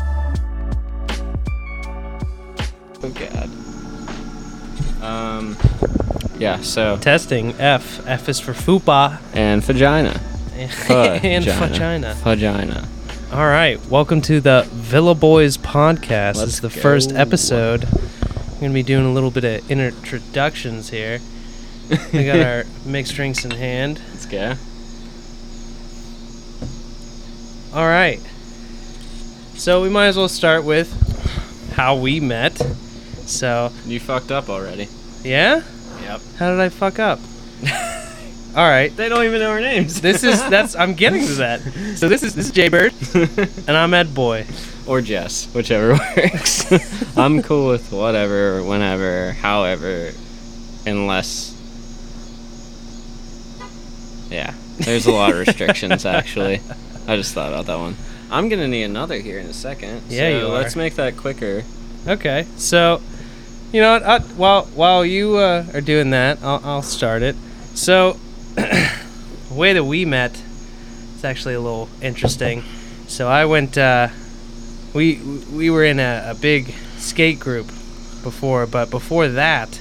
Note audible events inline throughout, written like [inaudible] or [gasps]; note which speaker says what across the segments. Speaker 1: Oh, Um, Yeah, so.
Speaker 2: Testing F. F is for fupa [laughs]
Speaker 1: And vagina.
Speaker 2: and vagina.
Speaker 1: Vagina.
Speaker 2: All right, welcome to the Villa Boys podcast.
Speaker 1: Let's
Speaker 2: it's the
Speaker 1: go.
Speaker 2: first episode. I'm gonna be doing a little bit of introductions here. We
Speaker 1: [laughs]
Speaker 2: got our mixed drinks in hand.
Speaker 1: Let's go.
Speaker 2: All right, so we might as well start with how we met. So,
Speaker 1: You fucked up already.
Speaker 2: yeah,
Speaker 1: Yep.
Speaker 2: how did I
Speaker 1: [laughs]
Speaker 2: fuck up? All right,
Speaker 1: They don't even know our [laughs] names.
Speaker 2: this is [laughs] that's I'm getting to that. So this is this is Jaybird and I'm Ed Boy.
Speaker 1: or Jess, whichever [laughs] works. I'm cool with whatever, whenever, however, unless. Yeah, there's a lot of restrictions
Speaker 2: [laughs]
Speaker 1: actually. I just thought about that one. I'm gonna need another here in a second.
Speaker 2: Yeah,
Speaker 1: so
Speaker 2: you are.
Speaker 1: Let's make that quicker.
Speaker 2: Okay, so you know what? I, while while you uh, are doing that, I'll, I'll start it. So [coughs] the way that we met, it's actually a little interesting. So I went. Uh, we we were in a, a big skate group before, but before that,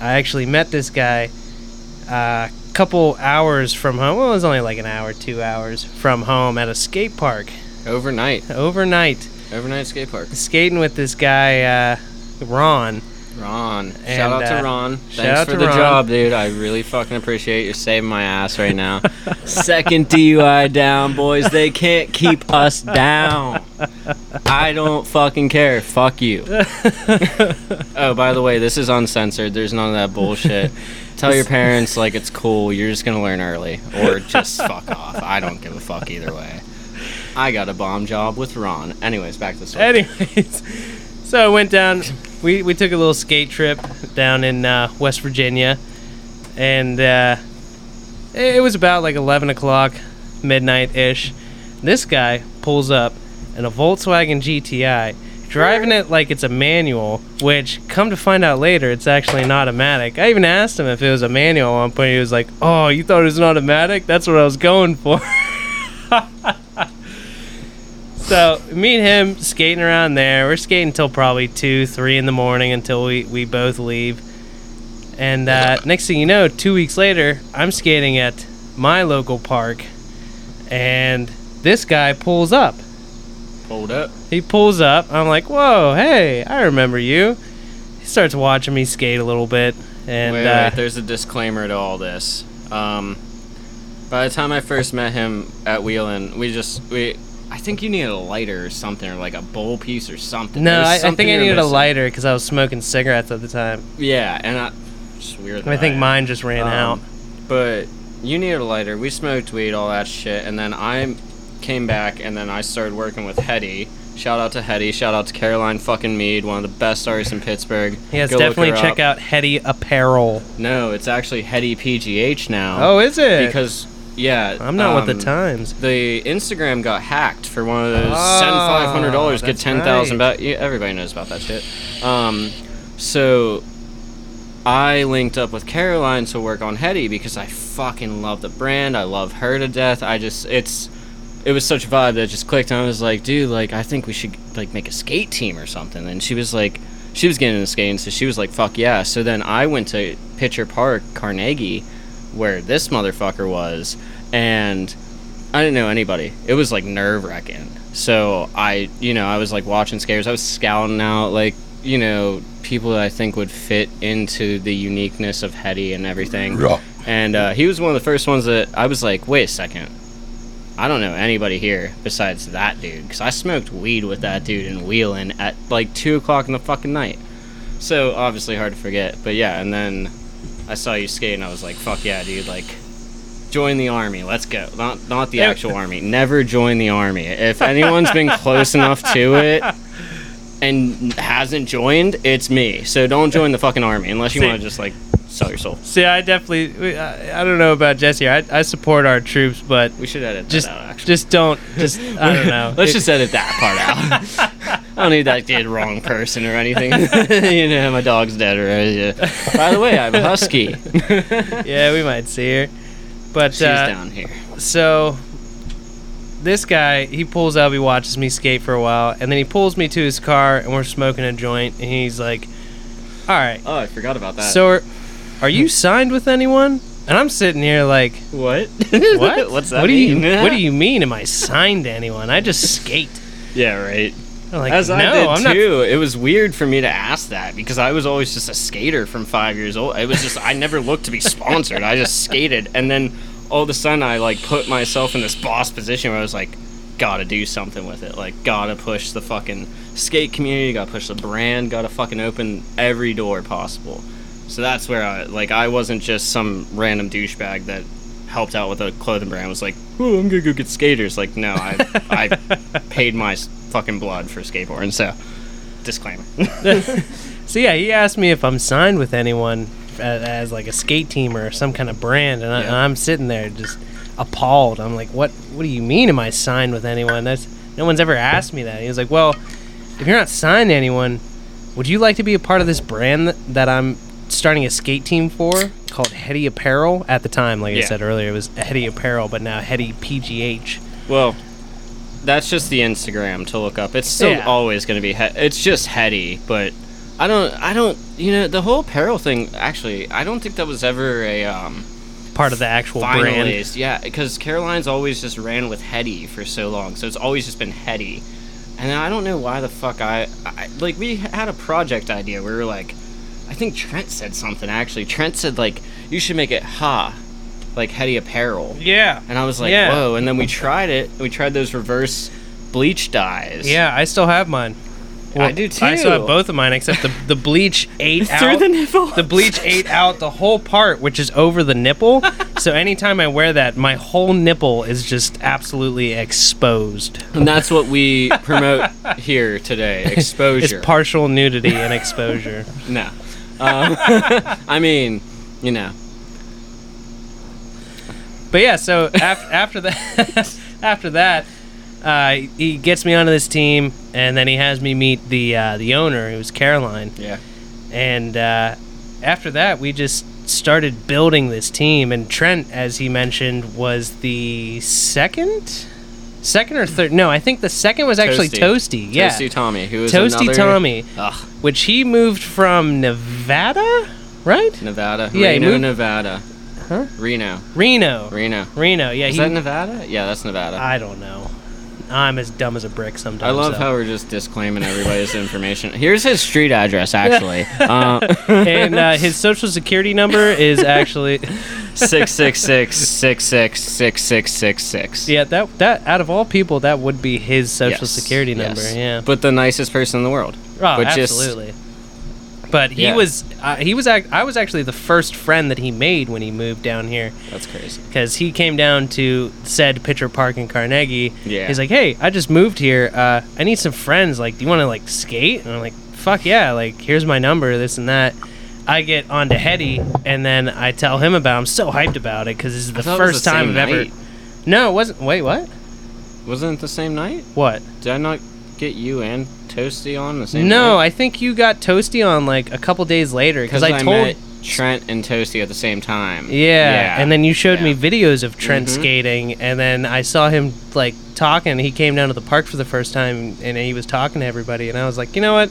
Speaker 2: I actually met this guy a couple hours from home. Well, it was only like an hour, two hours from home at a skate park
Speaker 1: Overnight,
Speaker 2: overnight,
Speaker 1: overnight skate park.
Speaker 2: skating with this guy uh, Ron. [laughs]
Speaker 1: Ron, shout
Speaker 2: And,
Speaker 1: out
Speaker 2: uh,
Speaker 1: to Ron.
Speaker 2: shout
Speaker 1: Thanks
Speaker 2: out
Speaker 1: for
Speaker 2: to
Speaker 1: the
Speaker 2: Ron.
Speaker 1: job, dude. I really fucking appreciate you saving my ass right
Speaker 2: [laughs]
Speaker 1: now. Second DUI down, boys. They can't keep us down. I don't fucking care. Fuck
Speaker 2: [laughs]
Speaker 1: you. oh, by the way, this is uncensored. There's none of that bullshit. Tell your parents like it's cool. You're just gonna learn early, or just fuck off. I don't give a fuck either way. I got a bomb job with Ron. Anyways, back to the story.
Speaker 2: Anyways, so I went down. We, we took a little skate trip down in uh, West Virginia, and uh, it it was about like 11 o'clock, midnight ish. This guy pulls up in a Volkswagen GTI, driving it like it's a manual, which come to find out later, it's actually an automatic. I even asked him if it was a manual at one point. He was like, Oh, you thought it was an automatic? That's what I was going for. So me and him skating around there. We're skating till probably two, three in the morning until we we both leave. And uh, next thing you know, two weeks later, I'm skating at my local park, and this guy pulls up.
Speaker 1: Hold up.
Speaker 2: He pulls up. I'm like, "Whoa, hey, I remember you." He starts watching me skate a little bit, and
Speaker 1: wait,
Speaker 2: uh,
Speaker 1: wait, there's a disclaimer to all this. Um, by the time I first met him at Wheelin, we just we I think you needed a lighter or something, or like a bowl piece or something.
Speaker 2: no,
Speaker 1: There was
Speaker 2: I, I think
Speaker 1: something
Speaker 2: I
Speaker 1: you were
Speaker 2: needed a
Speaker 1: missing.
Speaker 2: lighter because I was smoking cigarettes at the time.
Speaker 1: Yeah, and I it's weird.
Speaker 2: I
Speaker 1: that
Speaker 2: think
Speaker 1: am.
Speaker 2: mine just ran
Speaker 1: Um,
Speaker 2: out.
Speaker 1: But you needed a lighter. We smoked weed, all that shit, and then I came back, and then I started working with Hetty. Shout out to Hetty. Shout out to Caroline fucking Mead, one of the best artists in Pittsburgh.
Speaker 2: Yes,
Speaker 1: Go look
Speaker 2: definitely
Speaker 1: her
Speaker 2: check
Speaker 1: up.
Speaker 2: out Hetty Apparel.
Speaker 1: No, it's actually Hetty PGH now.
Speaker 2: Oh, is it?
Speaker 1: because yeah,
Speaker 2: I'm not with
Speaker 1: um,
Speaker 2: the times.
Speaker 1: The Instagram got hacked for one of those send
Speaker 2: Ah,
Speaker 1: five hundred dollars, get
Speaker 2: that's
Speaker 1: ten thousand
Speaker 2: right.
Speaker 1: back. Yeah, everybody knows about that shit. Um, so I linked up with Caroline to work on Hetty because I fucking love the brand. I love her to death. I just it's it was such a vibe that it just clicked and I was like, dude, like I think we should like make a skate team or something. And she was like she was getting into skating, so she was like, fuck yeah. So then I went to Pitcher Park, Carnegie, where this motherfucker was, and I didn't know anybody. It was like nerve wracking. So I, you know, I was like watching skaters. I was scouting out like, you know, people that I think would fit into the uniqueness of Hetty and everything. And uh, he was one of the first ones that I was like, wait a second. I don't know anybody here besides that dude because I smoked weed with that dude in Wheeling at like two o'clock in the fucking night. So obviously hard to forget. But yeah, and then I saw you skate and I was like, fuck yeah, dude! Like, join the army. Let's go. Not not the actual army. Never join the army. If anyone's been close enough to it and hasn't joined, it's me. So don't join the fucking army unless you
Speaker 2: See-
Speaker 1: want to just like sell your soul.
Speaker 2: See, I definitely, we- I, I don't know about Jesse. I, I support our troops, but
Speaker 1: We should edit that
Speaker 2: just,
Speaker 1: out. Actually.
Speaker 2: just don't, just
Speaker 1: [laughs]
Speaker 2: I don't know.
Speaker 1: Let's
Speaker 2: It-
Speaker 1: just edit that part out. I don't need that dead wrong person or anything. [laughs] you know, my dog's dead or yeah. By the way, I'm a [laughs] husky.
Speaker 2: yeah, we might see her. But
Speaker 1: She's
Speaker 2: uh,
Speaker 1: down here.
Speaker 2: so this guy he pulls up he watches me skate for a while and then he pulls me to his car and we're smoking a joint and he's like all right
Speaker 1: Oh, I forgot about that.
Speaker 2: so we're,
Speaker 1: [laughs]
Speaker 2: are you signed with anyone? And I'm sitting here like,
Speaker 1: [laughs] What?
Speaker 2: what?
Speaker 1: What's that?
Speaker 2: What
Speaker 1: mean?
Speaker 2: do you
Speaker 1: [laughs]
Speaker 2: What do you mean? Am I signed to anyone? I just skate.
Speaker 1: Yeah, right.
Speaker 2: I'm like,
Speaker 1: As
Speaker 2: no,
Speaker 1: I did
Speaker 2: am not
Speaker 1: too. It was weird for me to ask that because I was always just a skater from five years old. It was just I never looked to be sponsored. I just skated, and then all of a sudden I like put myself in this boss position where I was like, gotta do something with it. Like gotta push the fucking skate community. Gotta push the brand. Gotta fucking open every door possible. So that's where I like I wasn't just some random douchebag that helped out with a clothing brand was like, "Oh, I'm gonna go get skaters." Like, no, I I paid my s- fucking blood for skateboarding. So, disclaimer. [laughs]
Speaker 2: So yeah, he asked me if I'm signed with anyone as, as like a skate team or some kind of brand, and, I,
Speaker 1: Yeah.
Speaker 2: and I'm sitting there just appalled. I'm like, what? What do you mean? Am I signed with anyone? That's no one's ever asked me that. He was like, well, if you're not signed to anyone, would you like to be a part of this brand that, that I'm starting a skate team for called Hetty Apparel? At the time, like I
Speaker 1: Yeah.
Speaker 2: said earlier, it was Hetty Apparel, but now Hetty PGH.
Speaker 1: well, that's just the Instagram to look up. It's still
Speaker 2: Yeah.
Speaker 1: always gonna be. He- it's just heady, but I don't. I don't. You know, the whole apparel thing. Actually, I don't think that was ever a um,
Speaker 2: Part of the actual brand.
Speaker 1: finalist. Yeah, because Caroline's always just ran with heady for so long, so it's always just been heady. And I don't know why the fuck I, I like we had a project idea. We were like, I think Trent said something actually. Trent said like you should make it ha, like heady apparel.
Speaker 2: Yeah.
Speaker 1: And I was like,
Speaker 2: Yeah.
Speaker 1: whoa. And then we tried it. We tried those reverse bleach dyes.
Speaker 2: Yeah, I still have mine.
Speaker 1: I do
Speaker 2: I still have
Speaker 1: too.
Speaker 2: both of mine, except the,
Speaker 1: [laughs]
Speaker 2: the bleach ate
Speaker 1: through
Speaker 2: out
Speaker 1: the nipple.
Speaker 2: the bleach ate out the whole part, which is over
Speaker 1: [laughs]
Speaker 2: the nipple. so anytime I wear that, my whole nipple is just absolutely exposed.
Speaker 1: And that's what we
Speaker 2: [laughs]
Speaker 1: promote here today:
Speaker 2: It's
Speaker 1: exposure.
Speaker 2: partial nudity and exposure.
Speaker 1: No. Um, [laughs] I mean, you know.
Speaker 2: But yeah, so af- after that, [laughs] after that, uh, he gets me onto this team, and then he has me meet the uh, the owner, who's Caroline.
Speaker 1: Yeah.
Speaker 2: and uh, after that we just started building this team and trent as he mentioned was the second second or third no i think the second was actually toasty, yeah
Speaker 1: Toasty Tommy, who is
Speaker 2: Toasty
Speaker 1: another-
Speaker 2: Tommy.
Speaker 1: Ugh,
Speaker 2: which he moved from nevada right
Speaker 1: Nevada.
Speaker 2: Yeah, he
Speaker 1: Reno,
Speaker 2: moved-
Speaker 1: Nevada.
Speaker 2: Huh?
Speaker 1: Reno.
Speaker 2: reno
Speaker 1: Reno.
Speaker 2: reno yeah
Speaker 1: Is
Speaker 2: he,
Speaker 1: that Nevada? Yeah, that's Nevada. I,
Speaker 2: i don't know i'm as dumb as a brick sometimes
Speaker 1: love
Speaker 2: so.
Speaker 1: how we're just disclaiming everybody's information. Here's his street address, actually.
Speaker 2: [laughs]
Speaker 1: Uh, [laughs]
Speaker 2: and uh, his social security number is actually
Speaker 1: six six six six six six six six six.
Speaker 2: yeah that that out of all people that would be his social security number yeah
Speaker 1: But the nicest person in the world.
Speaker 2: Oh,
Speaker 1: But just-
Speaker 2: absolutely. but he
Speaker 1: Yeah.
Speaker 2: was, uh, he was, ac- I was actually the first friend that he made when he moved down here,
Speaker 1: That's crazy.
Speaker 2: because he came down to said Pitcher Park in Carnegie.
Speaker 1: Yeah.
Speaker 2: He's like, hey, I just moved here. Uh, I need some friends. Like, do you want to like skate? And I'm like, fuck yeah. Like, here's my number. This and that. I get onto Hetty, and then I tell him about. I'm so hyped about it because this is the
Speaker 1: thought it was
Speaker 2: first
Speaker 1: the
Speaker 2: time
Speaker 1: same
Speaker 2: I've ever.
Speaker 1: night.
Speaker 2: No, it wasn't. Wait, what?
Speaker 1: Wasn't it the same night?
Speaker 2: What?
Speaker 1: Did I not get you and Toasty on the same
Speaker 2: no,
Speaker 1: night?
Speaker 2: I think you got Toasty on like a couple days later because I, told.
Speaker 1: met Trent and Toasty at the same time.
Speaker 2: Yeah. And then you showed me
Speaker 1: Yeah.
Speaker 2: videos of Trent
Speaker 1: Mhm.
Speaker 2: skating, and then I saw him like talking. He came down to the park for the first time, and he was talking to everybody. And I was like, you know what?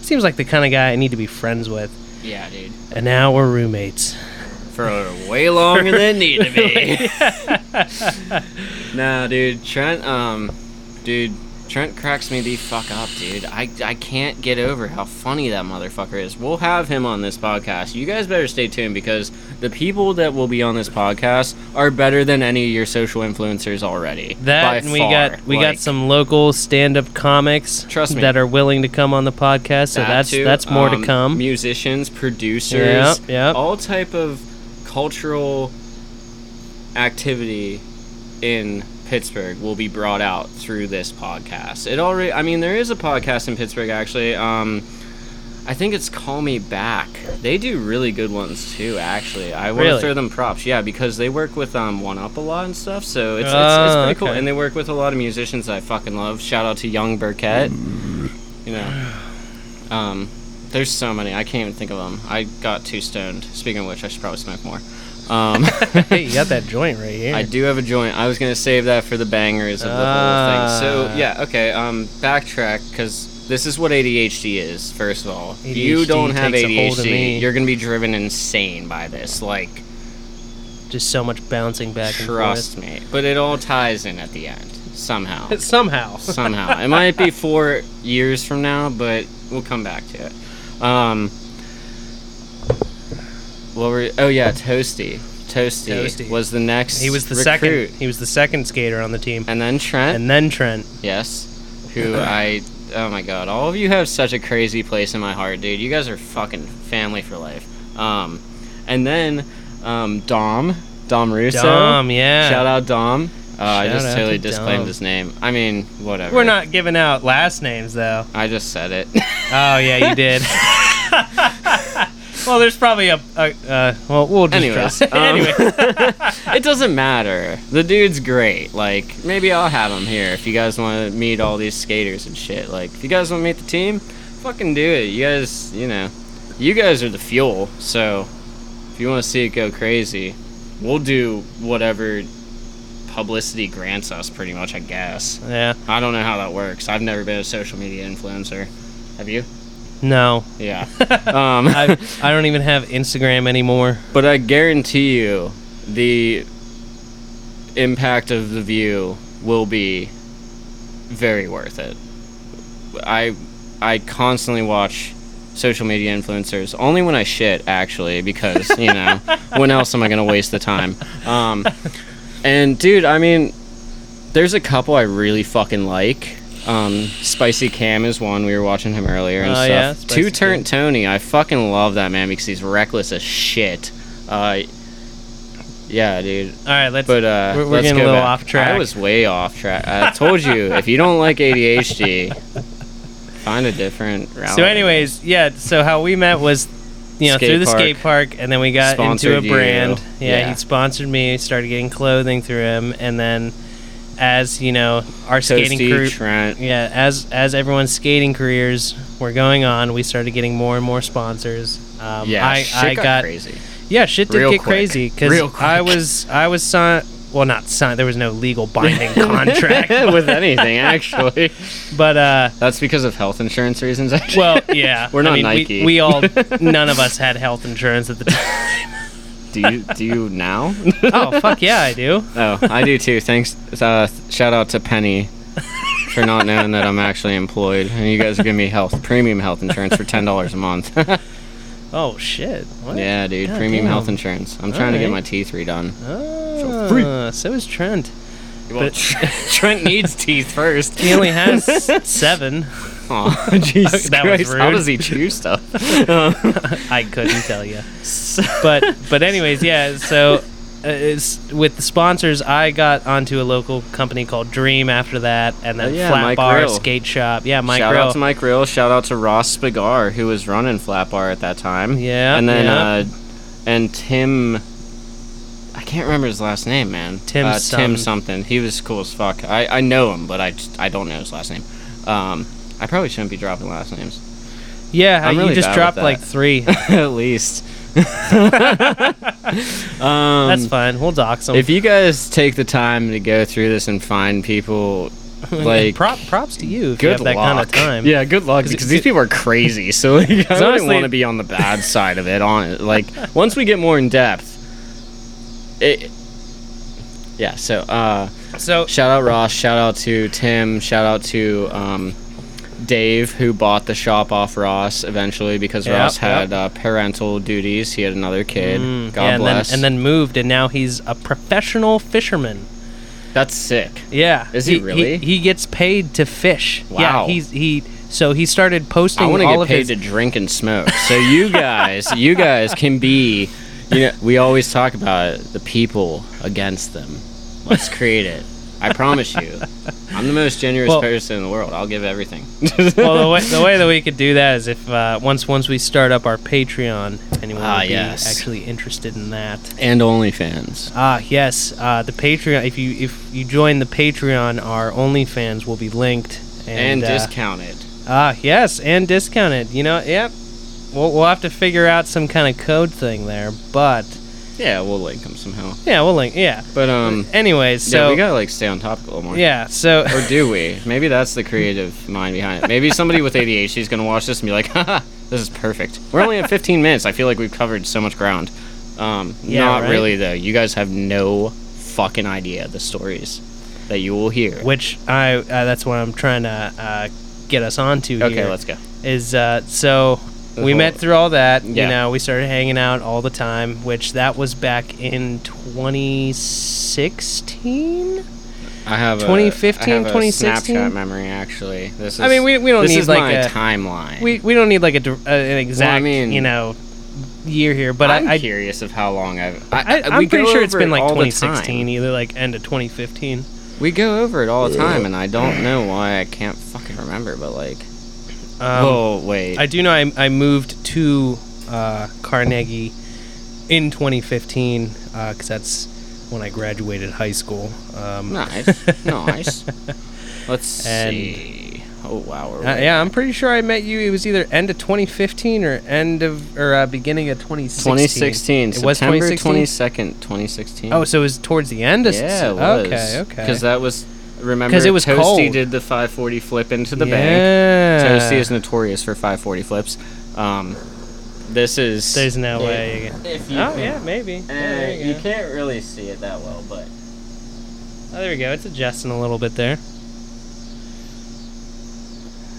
Speaker 2: Seems like the kind of guy I need to be friends with.
Speaker 1: Yeah, dude.
Speaker 2: And now we're roommates.
Speaker 1: for way longer than need to be.
Speaker 2: [laughs]
Speaker 1: [laughs] nah, dude, Trent, um, dude, Trent cracks me the fuck up, dude. I, I can't get over how funny that motherfucker is. We'll have him on this podcast. You guys better stay tuned because the people that will be on this podcast are better than any of your social influencers already. by
Speaker 2: That and we
Speaker 1: far.
Speaker 2: got we
Speaker 1: Like,
Speaker 2: got some local stand-up comics
Speaker 1: Trust me.
Speaker 2: that are willing to come on the podcast. So
Speaker 1: that
Speaker 2: that's
Speaker 1: too.
Speaker 2: that's more
Speaker 1: Um,
Speaker 2: to come.
Speaker 1: Musicians,
Speaker 2: Yep,
Speaker 1: producers,
Speaker 2: yep.
Speaker 1: all type of cultural activity in Pittsburgh will be brought out through this podcast. It already, I mean, there is a podcast in Pittsburgh actually. Um, I think it's Call Me Back. They do really good ones too. Actually, I want
Speaker 2: Really?
Speaker 1: to throw them props. Yeah, because they work with um, One Up a lot and stuff, so it's, it's, it's
Speaker 2: Oh,
Speaker 1: pretty cool.
Speaker 2: okay.
Speaker 1: And they work with a lot of musicians that I fucking love. Shout out to Young Burkett. You know. Um, there's so many. I can't even think of them. I got too stoned. Speaking of which, I should probably smoke more. Um,
Speaker 2: [laughs] hey, [laughs] you got that joint right here.
Speaker 1: I do have a joint. I was gonna save that for the bangers of the whole thing.
Speaker 2: Ah.
Speaker 1: So yeah, okay. Um, backtrack because this is what ADHD is. First of all, if
Speaker 2: ADHD
Speaker 1: you don't have
Speaker 2: takes a hold of me.
Speaker 1: ADHD, you're gonna be driven insane by this. Like,
Speaker 2: Just so much bouncing back and
Speaker 1: trust me. But it all ties in at the end somehow.
Speaker 2: forth. Somehow. [laughs]
Speaker 1: somehow. It might be four years from now, but we'll come back to it. Um, what were? Oh yeah, Toasty. Toasty,
Speaker 2: Toasty.
Speaker 1: was the next.
Speaker 2: He was the
Speaker 1: recruit.
Speaker 2: second. He was the second skater on the team,
Speaker 1: and then Trent.
Speaker 2: and then Trent.
Speaker 1: yes, who I. Oh my God, all of you have such a crazy place in my heart, dude. You guys are fucking family for life. Um, and then um, Dom, Dom Russo.
Speaker 2: Dom, yeah.
Speaker 1: Shout out Dom. Uh, I
Speaker 2: Shout
Speaker 1: just
Speaker 2: out
Speaker 1: totally
Speaker 2: to
Speaker 1: disclaimed
Speaker 2: Dom.
Speaker 1: his name. I mean, whatever.
Speaker 2: We're not giving out last names though.
Speaker 1: I just said it.
Speaker 2: Oh yeah, you [laughs] did. well, there's probably a. a uh, well, we'll just
Speaker 1: Anyways,
Speaker 2: try. [laughs]
Speaker 1: um,
Speaker 2: anyway,
Speaker 1: [laughs] it doesn't matter. The dude's great. Like, maybe I'll have him here if you guys want to meet all these skaters and shit. Like, if you guys want to meet the team, fucking do it. You guys, you know, you guys are the fuel. So, if you want to see it go crazy, we'll do whatever publicity grants us, pretty much, I guess.
Speaker 2: yeah.
Speaker 1: I don't know how that works. I've never been a social media influencer. Have you?
Speaker 2: No, [laughs]
Speaker 1: Yeah. um,
Speaker 2: I I don't even have Instagram anymore.
Speaker 1: But I guarantee you, the impact of the view will be very worth it. I I constantly watch social media influencers only when I shit actually because you
Speaker 2: [laughs]
Speaker 1: know when else am I gonna waste the time? Um, and dude, I mean, there's a couple I really fucking like. Um, Spicy Cam is one we were watching him earlier and
Speaker 2: Oh,
Speaker 1: stuff.
Speaker 2: yeah, Spicy
Speaker 1: Two
Speaker 2: Cam.
Speaker 1: Turn Tony, I fucking love that man because he's reckless as shit. Uh, yeah, dude.
Speaker 2: All right, let's.
Speaker 1: But uh,
Speaker 2: We're- we're
Speaker 1: let's
Speaker 2: getting a
Speaker 1: go
Speaker 2: little
Speaker 1: back.
Speaker 2: off track.
Speaker 1: I was way off track. I told you if you don't like ADHD, find a different route.
Speaker 2: so, anyways, yeah. So how we met was, you know,
Speaker 1: Skate
Speaker 2: through the
Speaker 1: park.
Speaker 2: uh, skate park, and then we got
Speaker 1: Sponsored
Speaker 2: into a
Speaker 1: you.
Speaker 2: brand. Yeah,
Speaker 1: Yeah.
Speaker 2: he sponsored me. Started getting clothing through him, and then as you know, our skating
Speaker 1: Toasty
Speaker 2: crew.
Speaker 1: Trent.
Speaker 2: yeah, as as everyone's skating careers were going on, we started getting more and more sponsors. Um,
Speaker 1: yeah,
Speaker 2: I,
Speaker 1: shit
Speaker 2: I
Speaker 1: got,
Speaker 2: got
Speaker 1: crazy. [laughs]
Speaker 2: yeah, shit did
Speaker 1: Real
Speaker 2: get
Speaker 1: quick.
Speaker 2: crazy 'cause crazy
Speaker 1: Real
Speaker 2: because I
Speaker 1: quick.
Speaker 2: was I was signed. Well, not signed. There was no
Speaker 1: [laughs]
Speaker 2: legal binding contract
Speaker 1: with anything actually.
Speaker 2: but uh,
Speaker 1: That's because of health insurance reasons. Actually.
Speaker 2: well, yeah,
Speaker 1: [laughs] We're
Speaker 2: I
Speaker 1: not
Speaker 2: mean, we-
Speaker 1: Nike. [laughs]
Speaker 2: We, all, none of us had health insurance at the time.
Speaker 1: do you do you now?
Speaker 2: [laughs] oh fuck yeah, I do.
Speaker 1: Oh, I do too. Thanks. Uh, shout out to Penny for not knowing that I'm actually employed, and you guys are giving me health premium health insurance for ten dollars a month. [laughs]
Speaker 2: Oh shit. What?
Speaker 1: yeah, dude,
Speaker 2: God
Speaker 1: premium
Speaker 2: damn.
Speaker 1: health insurance. I'm trying to get
Speaker 2: Alright.
Speaker 1: my teeth redone.
Speaker 2: Ah,
Speaker 1: free.
Speaker 2: So is Trent.
Speaker 1: Well, [laughs] Trent needs teeth first. [laughs]
Speaker 2: He only has seven.
Speaker 1: Aw, Oh, [laughs] Jesus
Speaker 2: That was
Speaker 1: Christ, how
Speaker 2: rude.
Speaker 1: does he chew stuff? [laughs] Um,
Speaker 2: I couldn't
Speaker 1: [laughs]
Speaker 2: tell you. But but anyways, yeah. So uh, it's, with the sponsors, I got onto a local company called Dream after that, and then
Speaker 1: Oh, yeah,
Speaker 2: Flat
Speaker 1: Mike
Speaker 2: Bar
Speaker 1: Grill.
Speaker 2: Skate Shop. Yeah, Mike
Speaker 1: shout
Speaker 2: Grill.
Speaker 1: out to Mike Real. Shout out to Ross Spigar, who was running Flat Bar at that time.
Speaker 2: Yeah,
Speaker 1: And then,
Speaker 2: yeah.
Speaker 1: uh, and Tim. I can't remember his last name, man.
Speaker 2: Tim
Speaker 1: uh,
Speaker 2: something.
Speaker 1: Tim something. He was cool as fuck. I, I know him, but I just, I don't know his last name. Um, I probably shouldn't be dropping last names. [laughs]
Speaker 2: yeah,
Speaker 1: I'm
Speaker 2: you
Speaker 1: really
Speaker 2: just
Speaker 1: bad with
Speaker 2: dropped
Speaker 1: that.
Speaker 2: like three.
Speaker 1: [laughs] At least. um,
Speaker 2: That's fine. We'll dox them.
Speaker 1: if you guys take the time to go through this and find
Speaker 2: [laughs]
Speaker 1: people, like
Speaker 2: Prop, props to you if you
Speaker 1: good
Speaker 2: have that
Speaker 1: luck.
Speaker 2: kind of
Speaker 1: [laughs]
Speaker 2: time.
Speaker 1: Yeah, good luck because these people are crazy. So
Speaker 2: [laughs]
Speaker 1: like, I don't
Speaker 2: honestly-
Speaker 1: want to be on the
Speaker 2: [laughs]
Speaker 1: bad side of it. On it. like once we get more in depth, it. Yeah. So uh,
Speaker 2: So
Speaker 1: shout out Ross. Shout out to Tim. Shout out to um, Dave who bought the shop off Ross eventually because
Speaker 2: Yep,
Speaker 1: Ross
Speaker 2: yep.
Speaker 1: had uh, parental duties. He had another kid.
Speaker 2: Mm,
Speaker 1: God
Speaker 2: yeah, and
Speaker 1: bless.
Speaker 2: Then, and then moved, and now he's a professional fisherman.
Speaker 1: that's sick.
Speaker 2: Yeah.
Speaker 1: Is he really?
Speaker 2: He, gets paid to fish. Yeah.
Speaker 1: Wow.
Speaker 2: He's he. So he started posting
Speaker 1: I want to
Speaker 2: all
Speaker 1: get
Speaker 2: of
Speaker 1: paid
Speaker 2: his.
Speaker 1: to drink and smoke.
Speaker 2: [laughs]
Speaker 1: So you guys, you guys can be, you know, we always talk about it, the people against them. Let's create it. I promise you, I'm the most generous
Speaker 2: Well-
Speaker 1: person in the world. I'll give everything.
Speaker 2: [laughs] well, the way, the way that we could do that is if uh, once once we start up our Patreon, anyone
Speaker 1: Ah,
Speaker 2: would be
Speaker 1: yes.
Speaker 2: actually interested in that.
Speaker 1: and OnlyFans.
Speaker 2: Ah yes, uh, the Patreon. If you if you join the Patreon, our OnlyFans will be linked
Speaker 1: And,
Speaker 2: and, uh,
Speaker 1: discounted.
Speaker 2: Ah, yes, and discounted. You know, yep. We'll, we'll have to figure out some kind of code thing there, but
Speaker 1: Yeah, we'll link them somehow.
Speaker 2: Yeah, we'll link. Yeah.
Speaker 1: But um,
Speaker 2: Anyways, so
Speaker 1: yeah, we gotta like stay on topic a little more.
Speaker 2: yeah, so
Speaker 1: Or do we? Maybe that's the creative mind behind it. Maybe somebody with ADHD is gonna watch this and be like, [laughs] "Haha, this is perfect." We're only
Speaker 2: [laughs]
Speaker 1: at 15 minutes. I feel like we've covered so much ground. Um,
Speaker 2: Yeah,
Speaker 1: not
Speaker 2: right?
Speaker 1: really though. You guys have no fucking idea the stories that you will hear.
Speaker 2: [laughs] which I uh, that's what I'm trying to uh, get us onto
Speaker 1: okay,
Speaker 2: here
Speaker 1: let's go.
Speaker 2: is uh, so
Speaker 1: The
Speaker 2: we
Speaker 1: whole-
Speaker 2: met through all that.
Speaker 1: Yeah.
Speaker 2: You know, we started hanging out all the time, which that was back in 2016.
Speaker 1: I have
Speaker 2: 2015,
Speaker 1: a, I have a
Speaker 2: 2016?
Speaker 1: snapshot memory actually. This is
Speaker 2: I mean, we- we don't
Speaker 1: this
Speaker 2: need,
Speaker 1: is
Speaker 2: like,
Speaker 1: my
Speaker 2: a-
Speaker 1: timeline.
Speaker 2: We we don't need like a, dir- uh, an exact
Speaker 1: mean-
Speaker 2: you know year here, but
Speaker 1: but
Speaker 2: I
Speaker 1: I'm
Speaker 2: I,
Speaker 1: curious of how long I've.
Speaker 2: I,
Speaker 1: I,
Speaker 2: I'm
Speaker 1: we
Speaker 2: pretty
Speaker 1: go
Speaker 2: sure it's
Speaker 1: over
Speaker 2: been
Speaker 1: it
Speaker 2: like
Speaker 1: all the
Speaker 2: 2016,
Speaker 1: time.
Speaker 2: either like end of 2015.
Speaker 1: We go over it all the time, and I don't know why I can't fucking remember. But like,
Speaker 2: Um,
Speaker 1: oh wait,
Speaker 2: I do know I, I moved to uh, Carnegie in 2015 because that's when I graduated high school. Um, [laughs]
Speaker 1: nice, nice. Let's
Speaker 2: And-
Speaker 1: see. Oh wow, we're
Speaker 2: uh, yeah, I'm pretty sure I met you. It was either end of 2015 or end of or uh, beginning of 2016.
Speaker 1: 2016.
Speaker 2: It was
Speaker 1: September 22nd,
Speaker 2: 2016.
Speaker 1: 2016.
Speaker 2: Oh, so it was towards the end. Of
Speaker 1: yeah, it was.
Speaker 2: okay, okay.
Speaker 1: Because that was remember
Speaker 2: 'Cause it was
Speaker 1: Toasty
Speaker 2: cold.
Speaker 1: did the 540 flip into the bank.
Speaker 2: yeah.
Speaker 1: Toasty is notorious for 540 flips. Um, this is
Speaker 2: There's no
Speaker 1: if-
Speaker 2: way.
Speaker 1: If you
Speaker 2: Oh
Speaker 1: can-
Speaker 2: yeah, maybe.
Speaker 1: Uh,
Speaker 2: Yeah, there you
Speaker 1: you
Speaker 2: go.
Speaker 1: can't really see it that well, but
Speaker 2: Oh, there we go. It's adjusting a little bit there.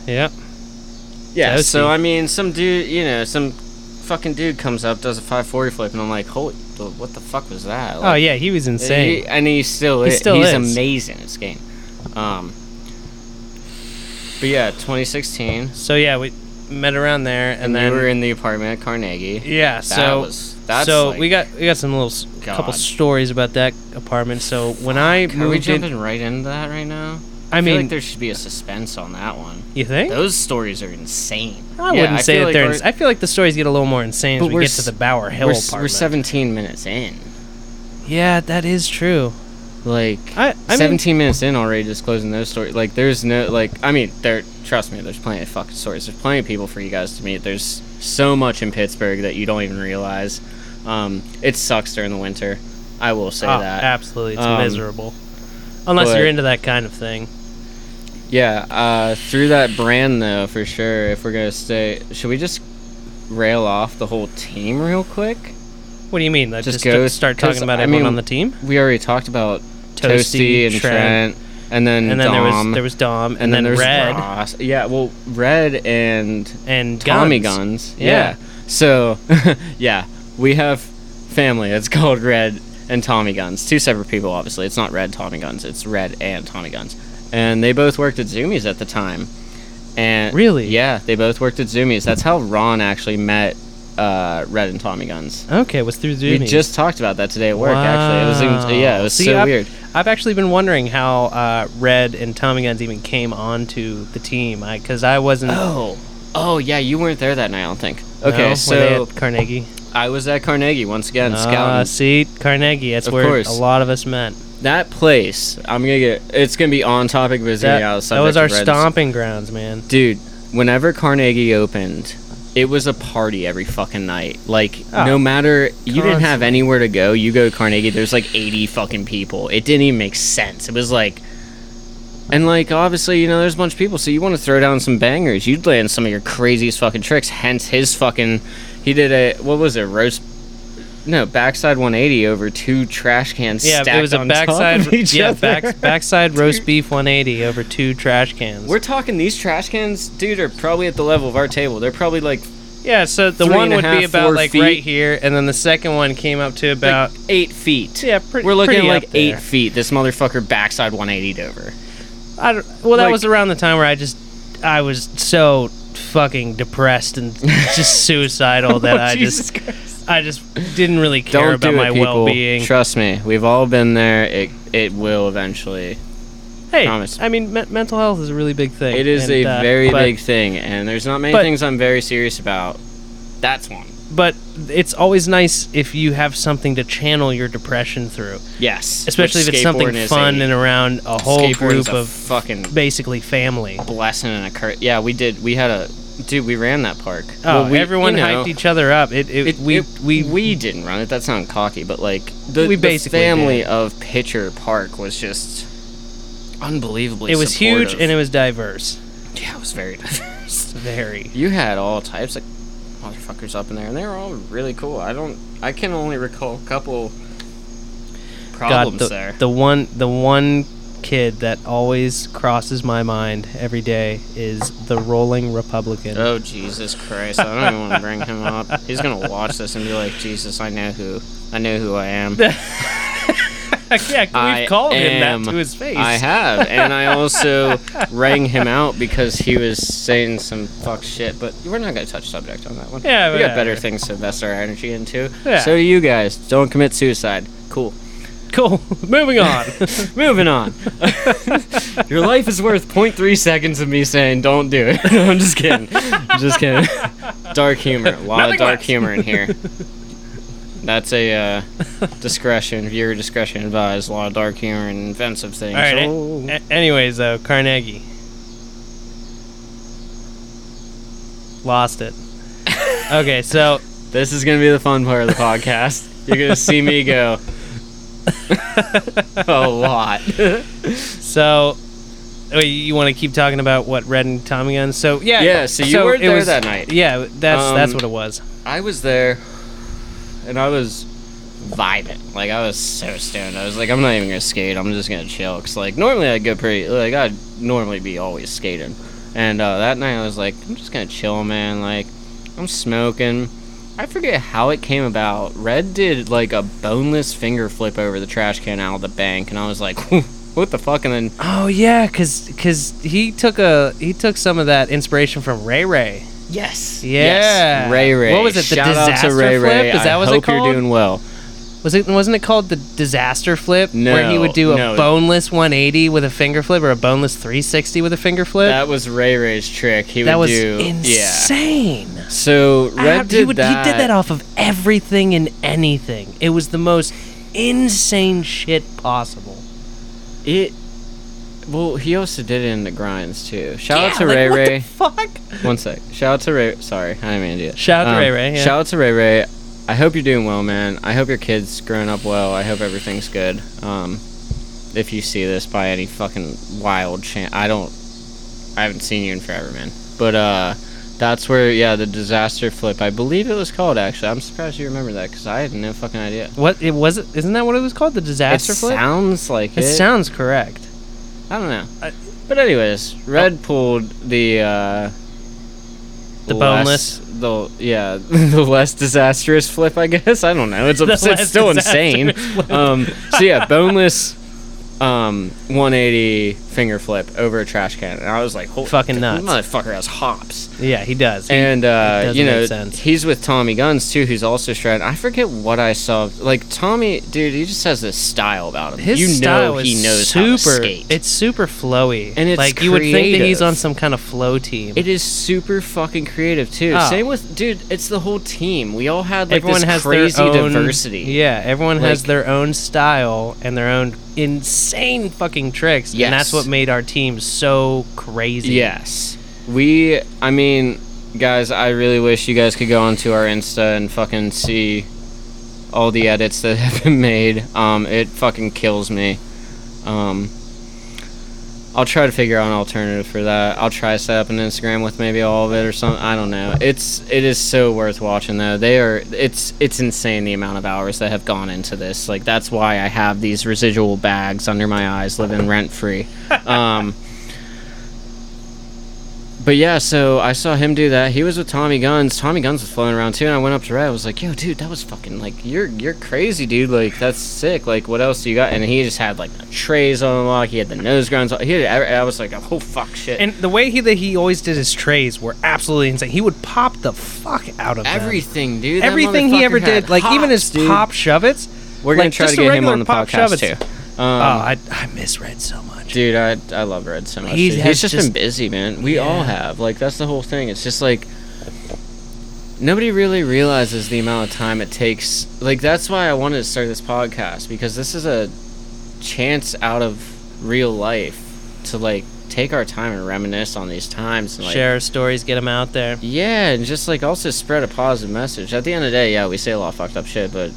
Speaker 2: Yeah.
Speaker 1: Yeah,
Speaker 2: Toasty.
Speaker 1: so I mean, some dude, you know, some fucking dude comes up, does a 540 flip, and I'm like, holy, the- what the fuck was that?
Speaker 2: Oh
Speaker 1: Like,
Speaker 2: yeah, he was
Speaker 1: he-
Speaker 2: insane.
Speaker 1: and he still
Speaker 2: He
Speaker 1: is.
Speaker 2: still
Speaker 1: He's
Speaker 2: is.
Speaker 1: amazing at this game. Um, but yeah, 2016,
Speaker 2: so yeah, we met around there, and,
Speaker 1: and,
Speaker 2: then
Speaker 1: we were in the apartment at Carnegie.
Speaker 2: yeah.
Speaker 1: That
Speaker 2: So
Speaker 1: was that's
Speaker 2: so
Speaker 1: like,
Speaker 2: we got we got some little s- couple
Speaker 1: God.
Speaker 2: stories about that apartment. So when I
Speaker 1: Are we
Speaker 2: moved in,
Speaker 1: jumping right into that right now?
Speaker 2: I
Speaker 1: I feel
Speaker 2: mean,
Speaker 1: like there should be a suspense on that one.
Speaker 2: you think?
Speaker 1: Those stories are insane.
Speaker 2: I
Speaker 1: Yeah,
Speaker 2: wouldn't say
Speaker 1: feel
Speaker 2: that
Speaker 1: like
Speaker 2: they're.
Speaker 1: we're-
Speaker 2: ins- I feel like the stories get a little more insane
Speaker 1: But
Speaker 2: as we
Speaker 1: we're
Speaker 2: get to
Speaker 1: s-
Speaker 2: the Bower Hill
Speaker 1: we're, s-
Speaker 2: apartment.
Speaker 1: we're 17 minutes in.
Speaker 2: Yeah, that is true.
Speaker 1: Like
Speaker 2: I- I mean-
Speaker 1: 17 minutes in already disclosing those stories. Like there's no like I mean there trust me there's plenty of fucking stories. There's plenty of people for you guys to meet. There's so much in Pittsburgh that you don't even realize. Um, it sucks during the winter. I will say
Speaker 2: Oh,
Speaker 1: that.
Speaker 2: Absolutely, it's
Speaker 1: Um,
Speaker 2: miserable. Unless
Speaker 1: but-
Speaker 2: you're into that kind of thing.
Speaker 1: Yeah, uh, through that brand though for sure. If we're gonna stay, should we just rail off the whole team real quick?
Speaker 2: What do you mean? Like,
Speaker 1: Just
Speaker 2: just to
Speaker 1: goes-
Speaker 2: start
Speaker 1: 'cause,
Speaker 2: talking about
Speaker 1: I
Speaker 2: everyone
Speaker 1: mean,
Speaker 2: on the team,
Speaker 1: We already talked about Toasty,
Speaker 2: Toasty,
Speaker 1: and Trent,
Speaker 2: Trent,
Speaker 1: and then
Speaker 2: and then there was
Speaker 1: Dom,
Speaker 2: there was Dom, and,
Speaker 1: and, then,
Speaker 2: then,
Speaker 1: there's
Speaker 2: Red
Speaker 1: Ross. Yeah, well, Red and
Speaker 2: and
Speaker 1: Tommy
Speaker 2: Guns.
Speaker 1: guns.
Speaker 2: Yeah.
Speaker 1: Yeah. So, [laughs] yeah, we have family that's [laughs] called Red and Tommy Guns. Two separate people, obviously. It's not Red Tommy Guns. It's Red and Tommy Guns, and they both worked at Zoomies at the time. And
Speaker 2: Really?
Speaker 1: yeah, they both worked at Zoomies. That's how Ron actually met uh, Red and Tommy Guns.
Speaker 2: Okay, it was through Zoomies.
Speaker 1: We just talked about that today at work. Actually, it was
Speaker 2: Wow.
Speaker 1: even- yeah, it was
Speaker 2: See,
Speaker 1: so
Speaker 2: I've,
Speaker 1: weird.
Speaker 2: I've actually been wondering how uh, Red and Tommy Guns even came onto the team because I, wasn't.
Speaker 1: Oh, oh yeah, you weren't there that night. I don't think.
Speaker 2: no,
Speaker 1: Okay,
Speaker 2: were they
Speaker 1: so
Speaker 2: at Carnegie.
Speaker 1: I was at Carnegie once again,
Speaker 2: Ah,
Speaker 1: scouting.
Speaker 2: see, Carnegie. That's
Speaker 1: Of
Speaker 2: where
Speaker 1: course.
Speaker 2: a lot of us met.
Speaker 1: That place, I'm gonna get. It's gonna be on topic, but it's gonna
Speaker 2: That,
Speaker 1: be out of
Speaker 2: that was
Speaker 1: subject
Speaker 2: our
Speaker 1: of Red's-
Speaker 2: stomping grounds, man.
Speaker 1: Dude, whenever Carnegie opened, it was a party every fucking night. Like,
Speaker 2: Oh,
Speaker 1: no matter you didn't have
Speaker 2: constantly.
Speaker 1: anywhere to go, you go to Carnegie. There's like 80 fucking people. It didn't even make sense. It was like, and like obviously, you know, there's a bunch of people, so you want to throw down some bangers. You'd land some of your craziest fucking tricks. Hence his fucking, he did a what was it roast. No, backside 180 over two trash cans.
Speaker 2: Yeah,
Speaker 1: stacked
Speaker 2: it was a
Speaker 1: on top of
Speaker 2: backside.
Speaker 1: each
Speaker 2: [laughs] Yeah,
Speaker 1: other.
Speaker 2: back, backside roast beef 180 over two trash cans.
Speaker 1: We're talking these trash cans, dude, are probably at the level of our table. They're probably like
Speaker 2: yeah, so the
Speaker 1: three
Speaker 2: one
Speaker 1: and a
Speaker 2: would
Speaker 1: half,
Speaker 2: be about
Speaker 1: four
Speaker 2: like
Speaker 1: feet.
Speaker 2: right here, and then the second one came up to about.
Speaker 1: like eight feet.
Speaker 2: yeah, pretty.
Speaker 1: We're looking at
Speaker 2: pretty
Speaker 1: like
Speaker 2: up
Speaker 1: eight
Speaker 2: there.
Speaker 1: feet. This motherfucker backside 180 over.
Speaker 2: I don't, well, that
Speaker 1: Like-
Speaker 2: was around the time where I just I was so fucking
Speaker 1: [laughs]
Speaker 2: depressed and just suicidal [laughs] that I just
Speaker 1: Oh, Christ.
Speaker 2: I just didn't really care
Speaker 1: Don't
Speaker 2: about
Speaker 1: do
Speaker 2: my
Speaker 1: it, people.
Speaker 2: well-being.
Speaker 1: Trust me, we've all been there. It it will eventually.
Speaker 2: hey,
Speaker 1: promise.
Speaker 2: I mean, me- mental health is a really big thing.
Speaker 1: It is
Speaker 2: and,
Speaker 1: a
Speaker 2: uh,
Speaker 1: very
Speaker 2: but-
Speaker 1: big thing, and there's not many
Speaker 2: but-
Speaker 1: things I'm very serious about. That's one.
Speaker 2: but it's always nice if you have something to channel your depression through,
Speaker 1: Yes,
Speaker 2: especially if
Speaker 1: which
Speaker 2: it's something
Speaker 1: skateboarding is
Speaker 2: fun
Speaker 1: a-
Speaker 2: and around a whole
Speaker 1: skateboarding's
Speaker 2: group
Speaker 1: a
Speaker 2: of
Speaker 1: fucking
Speaker 2: basically family.
Speaker 1: blessing and a curse. Yeah, we did. We had a Dude, we ran that park.
Speaker 2: Oh,
Speaker 1: Well, we-
Speaker 2: everyone
Speaker 1: you know,
Speaker 2: hyped each other up. It, it,
Speaker 1: It,
Speaker 2: we, we
Speaker 1: we didn't run it. That sounded cocky, but like the,
Speaker 2: We
Speaker 1: the
Speaker 2: basically
Speaker 1: family
Speaker 2: did.
Speaker 1: of Pitcher Park was just unbelievably.
Speaker 2: it was huge
Speaker 1: supportive.
Speaker 2: and it was diverse.
Speaker 1: yeah, it was very [laughs] diverse.
Speaker 2: Very.
Speaker 1: You had all types of motherfuckers up in there, and they were all really cool. I don't. I can only recall a couple problems
Speaker 2: God, the,
Speaker 1: there.
Speaker 2: the one the one kid that always crosses my mind every day is the rolling Republican.
Speaker 1: Oh Jesus Christ! I don't even want to bring him up. He's gonna watch this and be like, "Jesus, I know who, I know who I am."
Speaker 2: yeah, we've
Speaker 1: I
Speaker 2: called him
Speaker 1: am-
Speaker 2: that to his face.
Speaker 1: I have, and I
Speaker 2: [laughs]
Speaker 1: also rang him out because he was saying some fuck shit. But we're not gonna touch subject on that one.
Speaker 2: Yeah,
Speaker 1: we got better
Speaker 2: whatever.
Speaker 1: things to invest our energy into.
Speaker 2: Yeah.
Speaker 1: So do you guys don't commit suicide. Cool.
Speaker 2: Cool. [laughs]
Speaker 1: [laughs]
Speaker 2: Moving on.
Speaker 1: Moving
Speaker 2: [laughs]
Speaker 1: on. [laughs] Your life is worth 0.3 seconds of me saying don't do it. [laughs] No, I'm just kidding. I'm just
Speaker 2: [laughs]
Speaker 1: kidding. Dark humor. A lot
Speaker 2: Nothing
Speaker 1: of dark
Speaker 2: less.
Speaker 1: humor in
Speaker 2: [laughs]
Speaker 1: here. That's a uh, discretion, viewer discretion advised. A lot of dark humor and offensive things.
Speaker 2: All right. eh?
Speaker 1: Oh.
Speaker 2: a- anyways, though, Carnegie
Speaker 1: [laughs]
Speaker 2: lost it. Okay, so
Speaker 1: This is going to be the fun part of the podcast. You're going to see me go [laughs] a lot.
Speaker 2: so wait, you want to keep talking about what Red and Tommy guns? So yeah,
Speaker 1: Yeah, so you were
Speaker 2: it
Speaker 1: there that night.
Speaker 2: Yeah, that's that's
Speaker 1: Um,
Speaker 2: what it was.
Speaker 1: I was there, and I was vibing. Like I was so stoned. I was like, I'm not even gonna skate. I'm just gonna chill. Cause like normally I go pretty. Like I'd normally be always skating. And uh, that night I was like, I'm just gonna chill, man. Like I'm smoking. I forget how it came about. Red did like a boneless finger flip over the trash can out of the bank, and I was like, [laughs] what the fuck? And then
Speaker 2: Oh yeah, cause 'cause he took a he took some of that inspiration from Ray Ray.
Speaker 1: yes,
Speaker 2: Yeah.
Speaker 1: yes, Ray Ray.
Speaker 2: What was it, the
Speaker 1: Shout out
Speaker 2: disaster
Speaker 1: to Ray
Speaker 2: flip?
Speaker 1: Ray.
Speaker 2: Is that
Speaker 1: I
Speaker 2: what it's
Speaker 1: hope
Speaker 2: called?
Speaker 1: you're doing well.
Speaker 2: Was it wasn't it called the disaster flip? where he would do a
Speaker 1: No, no.
Speaker 2: boneless 180 with a finger flip or a boneless 360 with a finger flip.
Speaker 1: That was Ray Ray's trick. He
Speaker 2: That
Speaker 1: would
Speaker 2: was
Speaker 1: do Yeah.
Speaker 2: insane.
Speaker 1: So Red
Speaker 2: Ab-
Speaker 1: did
Speaker 2: he, would- he
Speaker 1: that.
Speaker 2: did that off of everything and anything. It was the most insane shit possible.
Speaker 1: It. Well, he also did it in the grinds too. Shout out
Speaker 2: Yeah,
Speaker 1: to
Speaker 2: like,
Speaker 1: Ray
Speaker 2: what the
Speaker 1: Ray.
Speaker 2: fuck?
Speaker 1: One sec. Shout out to Ray. Sorry, I didn't mean to do that.
Speaker 2: Shout out to Ray Ray, yeah.
Speaker 1: Shout out to Ray Ray. I hope you're doing well, man. I hope your kid's growing up well. I hope everything's good. Um, if you see this by any fucking wild chance, I don't. I haven't seen you in forever, man. But uh, that's where yeah, the disaster flip. I believe it was called actually. I'm surprised you remember that because I had no fucking idea.
Speaker 2: What it was? Isn't that what it was called? The
Speaker 1: It
Speaker 2: disaster flip.
Speaker 1: sounds like it.
Speaker 2: it sounds correct.
Speaker 1: I don't know.
Speaker 2: I- Oh.
Speaker 1: but anyways, Red pulled the uh,
Speaker 2: The
Speaker 1: less-
Speaker 2: boneless.
Speaker 1: the yeah, [laughs] the less disastrous flip. I guess I don't
Speaker 2: [laughs]
Speaker 1: know. It's
Speaker 2: The
Speaker 1: it's
Speaker 2: less
Speaker 1: still insane.
Speaker 2: disastrous [laughs] flip.
Speaker 1: Um, so yeah, boneless, um, 180 finger flip over a trash can, and I was like, holy
Speaker 2: Fucking
Speaker 1: this
Speaker 2: nuts.
Speaker 1: motherfucker has hops.
Speaker 2: Yeah, he does.
Speaker 1: And uh,
Speaker 2: doesn't
Speaker 1: you know,
Speaker 2: make sense.
Speaker 1: he's with Tommy Guns too, who's also shredded. I forget what I saw. Like Tommy, dude, he just has this style about him.
Speaker 2: His
Speaker 1: you
Speaker 2: style
Speaker 1: know
Speaker 2: is
Speaker 1: he knows
Speaker 2: super.
Speaker 1: how to skate.
Speaker 2: It's super flowy,
Speaker 1: And it's
Speaker 2: like you would think that he's
Speaker 1: creative.
Speaker 2: on some kind of flow team.
Speaker 1: It is super fucking creative too.
Speaker 2: Oh.
Speaker 1: Same with dude, it's the whole team. We all had like
Speaker 2: everyone
Speaker 1: this
Speaker 2: has
Speaker 1: crazy
Speaker 2: their own,
Speaker 1: diversity.
Speaker 2: Yeah, everyone has
Speaker 1: Like-
Speaker 2: their own style and their own insane fucking tricks, and
Speaker 1: Yes.
Speaker 2: that's what made our team so crazy.
Speaker 1: Yes. We I mean, guys, I really wish you guys could go onto our Insta and fucking see all the edits that [laughs] have been made. Um it fucking kills me. Um I'll try to figure out an alternative for that. I'll try to set up an Instagram with maybe all of it or something. I don't know. It's it is so worth watching though. They are it's it's insane the amount of hours that have gone into this. Like that's why I have these residual bags under my eyes living rent free. Um But yeah, so I saw him do that. He was with Tommy Guns. Tommy Guns was floating around too, and I went up to Red. I was like, "Yo, dude, that was fucking like you're you're crazy, dude. Like that's sick. Like what else do you got?" And he just had like the trays on the lock. He had the nose grinds. On. He had. every- I was like, "Oh fuck, shit."
Speaker 2: And the way he that he always did his trays were absolutely insane. He would pop the fuck out of them.
Speaker 1: everything, dude. that
Speaker 2: Everything he ever
Speaker 1: motherfucker had
Speaker 2: did, like even his
Speaker 1: hops, dude.
Speaker 2: pop shove-its.
Speaker 1: We're gonna
Speaker 2: like,
Speaker 1: try
Speaker 2: just
Speaker 1: to
Speaker 2: a
Speaker 1: get him
Speaker 2: regular
Speaker 1: on the
Speaker 2: pop
Speaker 1: podcast
Speaker 2: shove-its.
Speaker 1: too.
Speaker 2: oh,
Speaker 1: Um,
Speaker 2: I, I miss Red so much.
Speaker 1: Dude, I I love Red so much.
Speaker 2: He
Speaker 1: dude.
Speaker 2: has
Speaker 1: He's just,
Speaker 2: just-
Speaker 1: been busy, man. We all
Speaker 2: Yeah.
Speaker 1: have. Like that's the whole thing. It's just like nobody really realizes the amount of time it takes. Like that's why I wanted to start this podcast because this is a chance out of real life to like take our time and reminisce on these times and like
Speaker 2: Share our stories, get them out there.
Speaker 1: yeah, and just like also spread a positive message. At the end of the day, yeah, we say a lot of fucked up shit, but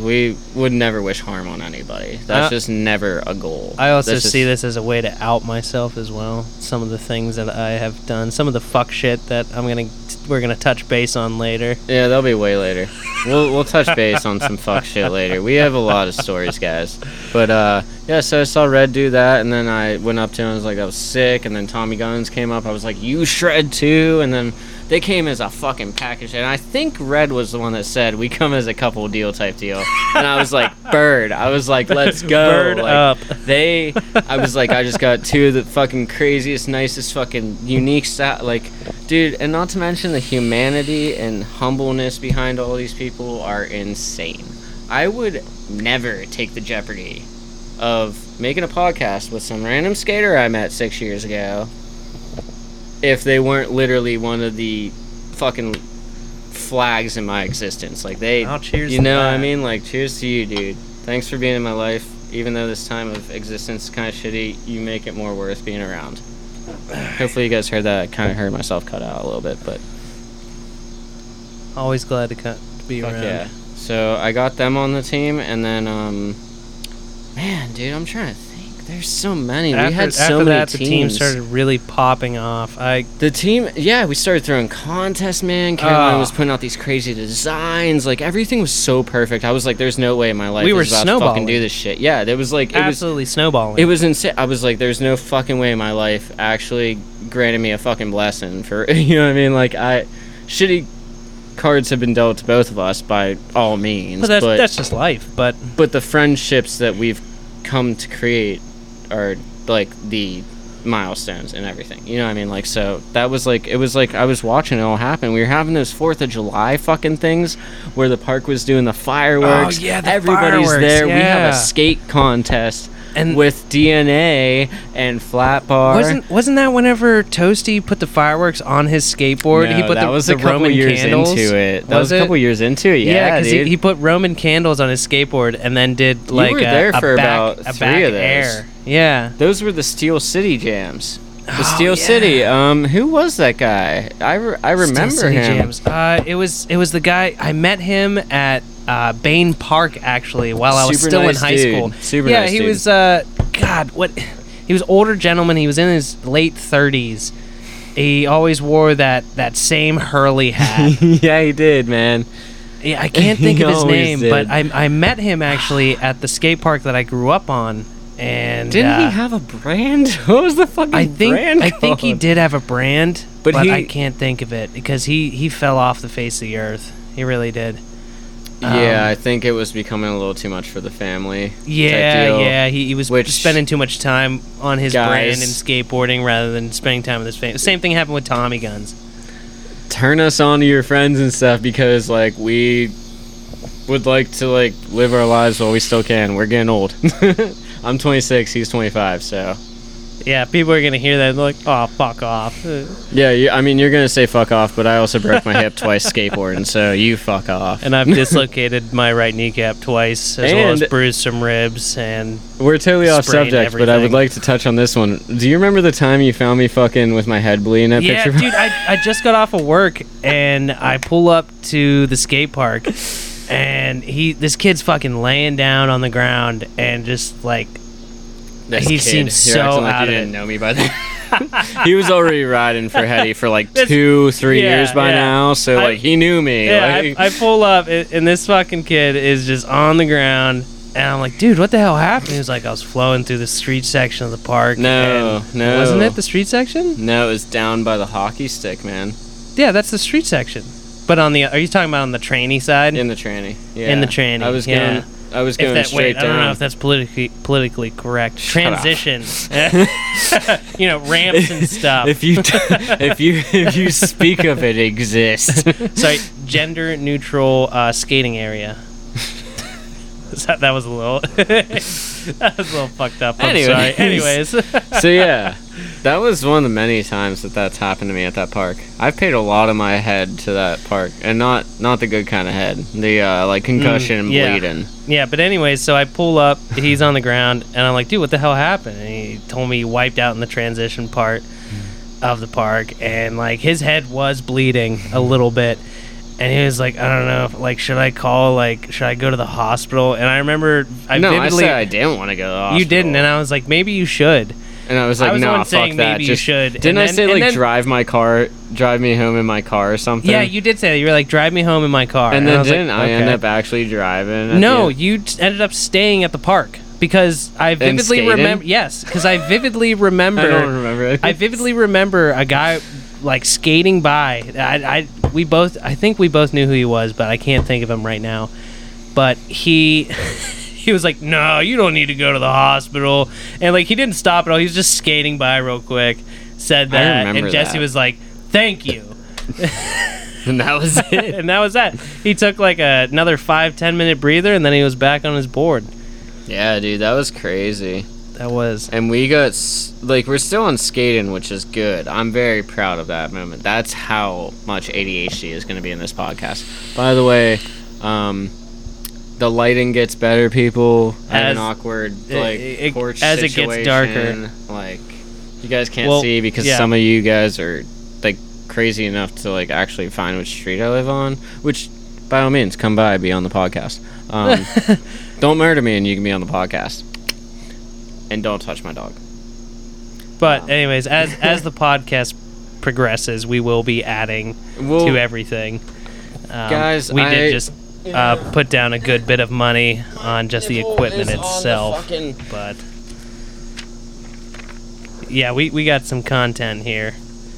Speaker 1: we would never wish harm on anybody. That's
Speaker 2: Uh,
Speaker 1: just never a goal.
Speaker 2: I also
Speaker 1: That's just-
Speaker 2: see this as a way to out myself as well. Some of the things that I have done, some of the fuck shit that I'm gonna we're gonna touch base on later.
Speaker 1: Yeah, that'll be way later. We'll we'll touch base on some fuck shit later. We have a lot of stories, guys. But uh, yeah, so I saw Red do that, and then I went up to him. and was like, "That was sick." And then Tommy Guns came up. I was like, "You shred too." And then they came as a fucking package. And I think Red was the one that said, "We come as a couple deal type deal." And I was like, [laughs] "Bird." I was like, "Let's go."
Speaker 2: Bird
Speaker 1: like,
Speaker 2: up.
Speaker 1: They. I was like, I just got two of the fucking craziest, nicest, fucking unique stat. Like, dude, and not to mention the humanity and humbleness behind all these people are insane. I would never take the jeopardy of making a podcast with some random skater I met six years ago if they weren't literally one of the fucking flags in my existence. Like they,
Speaker 2: Oh, cheers
Speaker 1: you
Speaker 2: to
Speaker 1: know what I
Speaker 2: that.
Speaker 1: mean? Like cheers to you, dude. Thanks for being in my life. Even though this time of existence is kind of shitty, you make it more worth being around. Hopefully, you guys heard that. I kind of heard myself cut out a little bit, but
Speaker 2: Always glad to, co- to be
Speaker 1: fuck
Speaker 2: around.
Speaker 1: yeah. So I got them on the team, and then, um, man, dude, I'm trying to think. There's so many.
Speaker 2: After,
Speaker 1: we had so
Speaker 2: after
Speaker 1: many
Speaker 2: that,
Speaker 1: teams.
Speaker 2: the team started really popping off. I
Speaker 1: The team, yeah, we started throwing contests, man. Caroline
Speaker 2: Ah.
Speaker 1: was putting out these crazy designs. Like everything was so perfect. I was like, "There's no way in my life
Speaker 2: We
Speaker 1: is
Speaker 2: were
Speaker 1: about to fucking do
Speaker 2: snowballing.
Speaker 1: this shit." Yeah, it was like it was
Speaker 2: absolutely snowballing.
Speaker 1: it was insane. I was like, "There's no fucking way in my life actually granted me a fucking blessing for [laughs] you know what I mean." Like I, shitty cards have been dealt to both of us by all means,
Speaker 2: but that's
Speaker 1: but
Speaker 2: that's just life. But
Speaker 1: but the friendships that we've come to create are like the milestones and everything. You know what I mean? Like so that was like it was like I was watching it all happen. We were having those 4th of July fucking things where the park was doing the fireworks.
Speaker 2: Oh, yeah, the
Speaker 1: Everybody's
Speaker 2: fireworks,
Speaker 1: there. We have
Speaker 2: yeah.
Speaker 1: a skate contest
Speaker 2: And-
Speaker 1: with DNA and flat bar.
Speaker 2: wasn't wasn't that whenever Toasty put the fireworks on his skateboard? he
Speaker 1: No,
Speaker 2: put
Speaker 1: that
Speaker 2: the,
Speaker 1: was
Speaker 2: the
Speaker 1: a couple
Speaker 2: Roman
Speaker 1: years
Speaker 2: candles.
Speaker 1: into it. That
Speaker 2: was
Speaker 1: was, a couple
Speaker 2: it?
Speaker 1: years into it. Yeah,
Speaker 2: Yeah, because
Speaker 1: dude.
Speaker 2: he, he put Roman candles on his skateboard and then did like
Speaker 1: were
Speaker 2: a,
Speaker 1: there
Speaker 2: a
Speaker 1: for
Speaker 2: back,
Speaker 1: about
Speaker 2: a
Speaker 1: three
Speaker 2: back
Speaker 1: of those.
Speaker 2: air. Yeah,
Speaker 1: Those were the Steel City jams. The
Speaker 2: Oh,
Speaker 1: Steel
Speaker 2: yeah.
Speaker 1: City. Um, who was that guy? I, re- I remember
Speaker 2: Steel City
Speaker 1: him.
Speaker 2: Jams. Uh, it was it was the guy I met him at uh, Bain Park actually while I was
Speaker 1: Super
Speaker 2: still
Speaker 1: nice
Speaker 2: in high
Speaker 1: dude.
Speaker 2: school.
Speaker 1: Super
Speaker 2: yeah,
Speaker 1: nice
Speaker 2: he
Speaker 1: dude.
Speaker 2: was. Uh, God, what? He was older gentleman. He was in his late thirties. He always wore that that same
Speaker 1: [laughs]
Speaker 2: Hurley
Speaker 1: [laughs]
Speaker 2: hat.
Speaker 1: yeah, he did, man.
Speaker 2: Yeah, I can't think
Speaker 1: He
Speaker 2: of his
Speaker 1: always
Speaker 2: name,
Speaker 1: did.
Speaker 2: but I I met
Speaker 1: [sighs]
Speaker 2: him actually at the skate park that I grew up on, and
Speaker 1: Didn't
Speaker 2: uh,
Speaker 1: he have a brand? [laughs] What was the fucking
Speaker 2: I think
Speaker 1: brand
Speaker 2: I think he
Speaker 1: called?
Speaker 2: did have a brand,
Speaker 1: But
Speaker 2: but,
Speaker 1: he-
Speaker 2: I can't think of it because he he fell off the face of the earth. He really did.
Speaker 1: Yeah,
Speaker 2: Um,
Speaker 1: I think it was becoming a little too much for the family. type
Speaker 2: Yeah,
Speaker 1: deal.
Speaker 2: yeah. He, he was
Speaker 1: Which-
Speaker 2: spending too much time on his brand
Speaker 1: Guys.
Speaker 2: and skateboarding rather than spending time with his family. Same thing happened with Tommy Guns.
Speaker 1: Turn us on to your friends and stuff because like we would like to like live our lives while we still can. We're getting old. [laughs] I'm 26. He's 25. So
Speaker 2: Yeah, people are gonna hear that and they're like, oh, fuck off. Uh,
Speaker 1: yeah, you, I mean you're gonna say fuck off, but I also broke my hip twice skateboarding. So you fuck off.
Speaker 2: And
Speaker 1: [laughs]
Speaker 2: I've dislocated my right kneecap twice, as well as
Speaker 1: And-
Speaker 2: bruised some ribs. And
Speaker 1: We're totally off
Speaker 2: Sprained
Speaker 1: subject, but I would
Speaker 2: everything.
Speaker 1: like to touch on this one. Do you remember the time you found me fucking with my head bleeding at
Speaker 2: yeah,
Speaker 1: picture?
Speaker 2: dude, I, I just got off of work and I pull up to the skate
Speaker 1: [laughs]
Speaker 2: park, and he this kid's fucking laying down on the ground and just like
Speaker 1: [laughs] This
Speaker 2: he
Speaker 1: kid,
Speaker 2: seems
Speaker 1: you're acting
Speaker 2: so
Speaker 1: like you
Speaker 2: out of
Speaker 1: didn't
Speaker 2: it.
Speaker 1: know me by
Speaker 2: [laughs]
Speaker 1: then. he was already riding for Hetty for like
Speaker 2: That's-
Speaker 1: two, three
Speaker 2: yeah,
Speaker 1: years by
Speaker 2: yeah.
Speaker 1: now, so
Speaker 2: I-
Speaker 1: like he knew me.
Speaker 2: yeah.
Speaker 1: like-
Speaker 2: I, I pull up and, and this fucking kid is just on the ground. And I'm like, dude, what the hell happened? He was like, I was flowing through the street section of the park.
Speaker 1: No,
Speaker 2: and-
Speaker 1: no.
Speaker 2: Wasn't it the street section?
Speaker 1: no, it was down by the hockey stick, man,
Speaker 2: Yeah, that's the street section. But on the, are you talking about on the trainee side?
Speaker 1: in the tranny. Yeah,
Speaker 2: the tranny,
Speaker 1: I was going.
Speaker 2: yeah.
Speaker 1: I was
Speaker 2: if
Speaker 1: going
Speaker 2: that
Speaker 1: straight
Speaker 2: wait, I don't know
Speaker 1: down.
Speaker 2: if that's politically politically correct.
Speaker 1: up. [laughs]
Speaker 2: Transition, [laughs] you know, ramps and stuff.
Speaker 1: if you if you if you speak of it, it exists.
Speaker 2: Sorry,
Speaker 1: [laughs]
Speaker 2: gender neutral uh, skating area. So that was a little. [laughs] that was a little fucked up. I'm
Speaker 1: Anyways.
Speaker 2: sorry. Anyways, [laughs]
Speaker 1: so yeah, that was one of the many times that that's happened to me at that park. I've paid a lot of my head to that park, and not not the good kind of head, the uh, like concussion and
Speaker 2: Mm, yeah.
Speaker 1: bleeding.
Speaker 2: yeah, but anyways, so I pull up. He's on the ground, and I'm like, dude, what the hell happened? And he told me he wiped out in the transition part
Speaker 1: Hmm.
Speaker 2: of the park, and like his head was bleeding a little bit. And he was like, I don't know, if, like, should I call, like, should I go to the hospital? And I remember, I
Speaker 1: no, I
Speaker 2: vividly,
Speaker 1: said I didn't want to go. To the
Speaker 2: you
Speaker 1: hospital.
Speaker 2: didn't, and I was like, maybe you should.
Speaker 1: And I was like,
Speaker 2: I was the
Speaker 1: nah,
Speaker 2: one
Speaker 1: fuck
Speaker 2: saying
Speaker 1: that.
Speaker 2: maybe you
Speaker 1: Just
Speaker 2: should,
Speaker 1: didn't
Speaker 2: and
Speaker 1: I
Speaker 2: then-
Speaker 1: say
Speaker 2: and
Speaker 1: like
Speaker 2: then-
Speaker 1: drive my car, drive me home in my car or something?
Speaker 2: Yeah, you did say that. You were like, drive me home in my car.
Speaker 1: And then
Speaker 2: I was like,
Speaker 1: didn't I end
Speaker 2: okay.
Speaker 1: up actually driving? at
Speaker 2: No,
Speaker 1: the end?
Speaker 2: you t- ended up staying at the park because I vividly
Speaker 1: skating?
Speaker 2: remember. Yes, because I vividly
Speaker 1: [laughs]
Speaker 2: remember.
Speaker 1: I don't remember. it.
Speaker 2: I vividly remember a guy like skating by. I, I we both I think we both knew who he was, but I can't think of him right now. But he [laughs] he was like, "No, you don't need to go to the hospital." And like he didn't stop at all. He was just skating by real quick. Said
Speaker 1: I
Speaker 2: that,
Speaker 1: remember
Speaker 2: and Jesse
Speaker 1: that.
Speaker 2: was like, "Thank you."
Speaker 1: [laughs] and that
Speaker 2: [laughs]
Speaker 1: was it.
Speaker 2: and that was that. He took like a, another five ten minute breather, and then he was back on his board.
Speaker 1: yeah, dude, that was crazy.
Speaker 2: That was
Speaker 1: And we got s- like we're still on skating, which is good. I'm very proud of that moment. That's how much ADHD is going to be in this podcast. By the way, um, the lighting gets better. People I have
Speaker 2: As-
Speaker 1: an awkward
Speaker 2: it-
Speaker 1: like
Speaker 2: it-
Speaker 1: porch
Speaker 2: as it gets darker.
Speaker 1: situation. Like you guys can't
Speaker 2: Well,
Speaker 1: see because
Speaker 2: yeah.
Speaker 1: some of you guys are like crazy enough to like actually find which street I live on. Which by all means, come by, be on the podcast. Um,
Speaker 2: [laughs]
Speaker 1: don't murder me, and you can be on the podcast. And don't touch my dog.
Speaker 2: But
Speaker 1: Um,
Speaker 2: anyways, as as the podcast progresses, we will be adding
Speaker 1: Well,
Speaker 2: to everything. Um,
Speaker 1: guys,
Speaker 2: we
Speaker 1: I-
Speaker 2: did just uh, put down a good bit of money on just the equipment itself, but yeah, we we got some content here.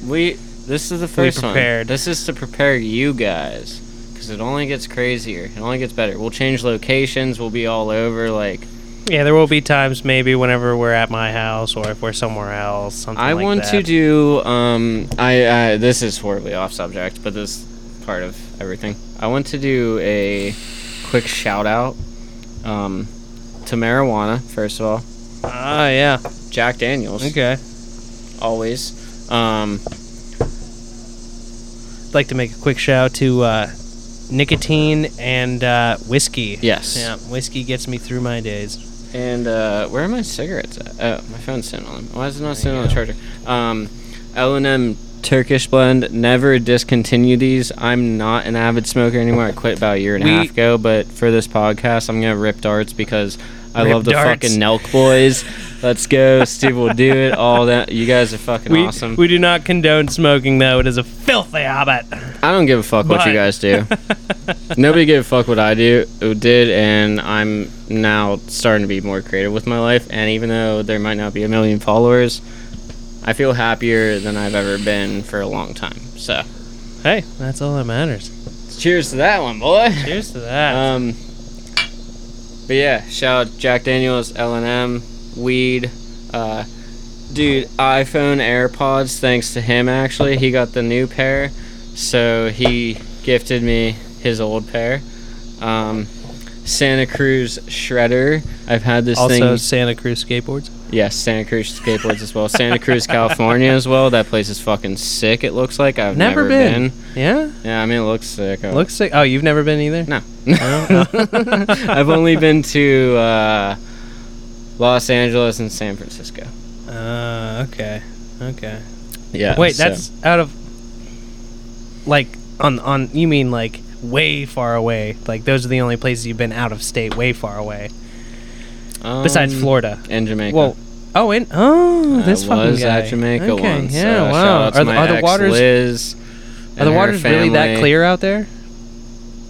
Speaker 1: we this is the first one.
Speaker 2: prepared.
Speaker 1: This is to prepare you guys because it only gets crazier. It only gets better. We'll change locations. We'll be all over. Like
Speaker 2: Yeah, there will be times maybe whenever we're at my house or if we're somewhere else. Something
Speaker 1: I
Speaker 2: like
Speaker 1: want
Speaker 2: that.
Speaker 1: to do. Um, I, I this is horribly off subject, but this is part of everything. I want to do a quick shout out um, to marijuana. First of all,
Speaker 2: Ah, yeah.
Speaker 1: Jack Daniels.
Speaker 2: Okay.
Speaker 1: Always. Um,
Speaker 2: I'd like to make a quick shout to uh, nicotine and uh, whiskey.
Speaker 1: yes.
Speaker 2: Yeah, whiskey gets me through my days.
Speaker 1: And uh, where are my cigarettes at? Oh, my phone's sitting on. Why is it not sitting
Speaker 2: you
Speaker 1: on the charger? Um, L and M Turkish blend. Never discontinue these. I'm not an avid smoker anymore. I quit about a year and
Speaker 2: We-
Speaker 1: a half ago. But for this podcast, I'm gonna rip darts because I
Speaker 2: Rip
Speaker 1: love the
Speaker 2: darts.
Speaker 1: fucking Nelk boys. Let's go, Steve. will do it. All that. You guys are fucking
Speaker 2: We,
Speaker 1: awesome.
Speaker 2: we do not condone smoking, though. It is a filthy habit.
Speaker 1: I don't give a fuck what you
Speaker 2: But-
Speaker 1: guys do. Nobody gave a fuck what I do did, and I'm now starting to be more creative with my life. And even though there might not be a million followers, I feel happier than I've ever been for a long time. So,
Speaker 2: Hey, that's all that matters.
Speaker 1: cheers to that one, boy. [laughs]
Speaker 2: Cheers to that.
Speaker 1: Um, but yeah, shout out Jack Daniels, L and M, weed, uh, dude, iPhone AirPods. Thanks to him, actually, he got the new pair, so he gifted me his old pair. Um, Santa Cruz Shredder. I've had this
Speaker 2: also,
Speaker 1: thing.
Speaker 2: Santa Cruz skateboards.
Speaker 1: Yes, Santa Cruz skateboards as well. Santa Cruz, California as well. That place is fucking sick. It looks like I've never,
Speaker 2: Never been. Yeah,
Speaker 1: Yeah, I mean it looks sick. I-
Speaker 2: looks like. Oh, you've never been either.
Speaker 1: no.
Speaker 2: Oh.
Speaker 1: [laughs] I've only been to uh, Los Angeles and San Francisco.
Speaker 2: Uh, okay, okay.
Speaker 1: Yeah.
Speaker 2: Wait,
Speaker 1: so-
Speaker 2: that's out of. Like on on you mean like way far away? Like those are the only places you've been out of state, way far away, besides
Speaker 1: um,
Speaker 2: Florida.
Speaker 1: and Jamaica.
Speaker 2: Well, oh, and oh,
Speaker 1: I
Speaker 2: this fucking
Speaker 1: was
Speaker 2: guy.
Speaker 1: at Jamaica
Speaker 2: okay,
Speaker 1: once.
Speaker 2: Yeah,
Speaker 1: uh,
Speaker 2: wow.
Speaker 1: Shout out to
Speaker 2: are, the,
Speaker 1: my
Speaker 2: are the
Speaker 1: ex,
Speaker 2: waters
Speaker 1: Liz
Speaker 2: are the
Speaker 1: and her
Speaker 2: waters really that
Speaker 1: family.
Speaker 2: clear out there?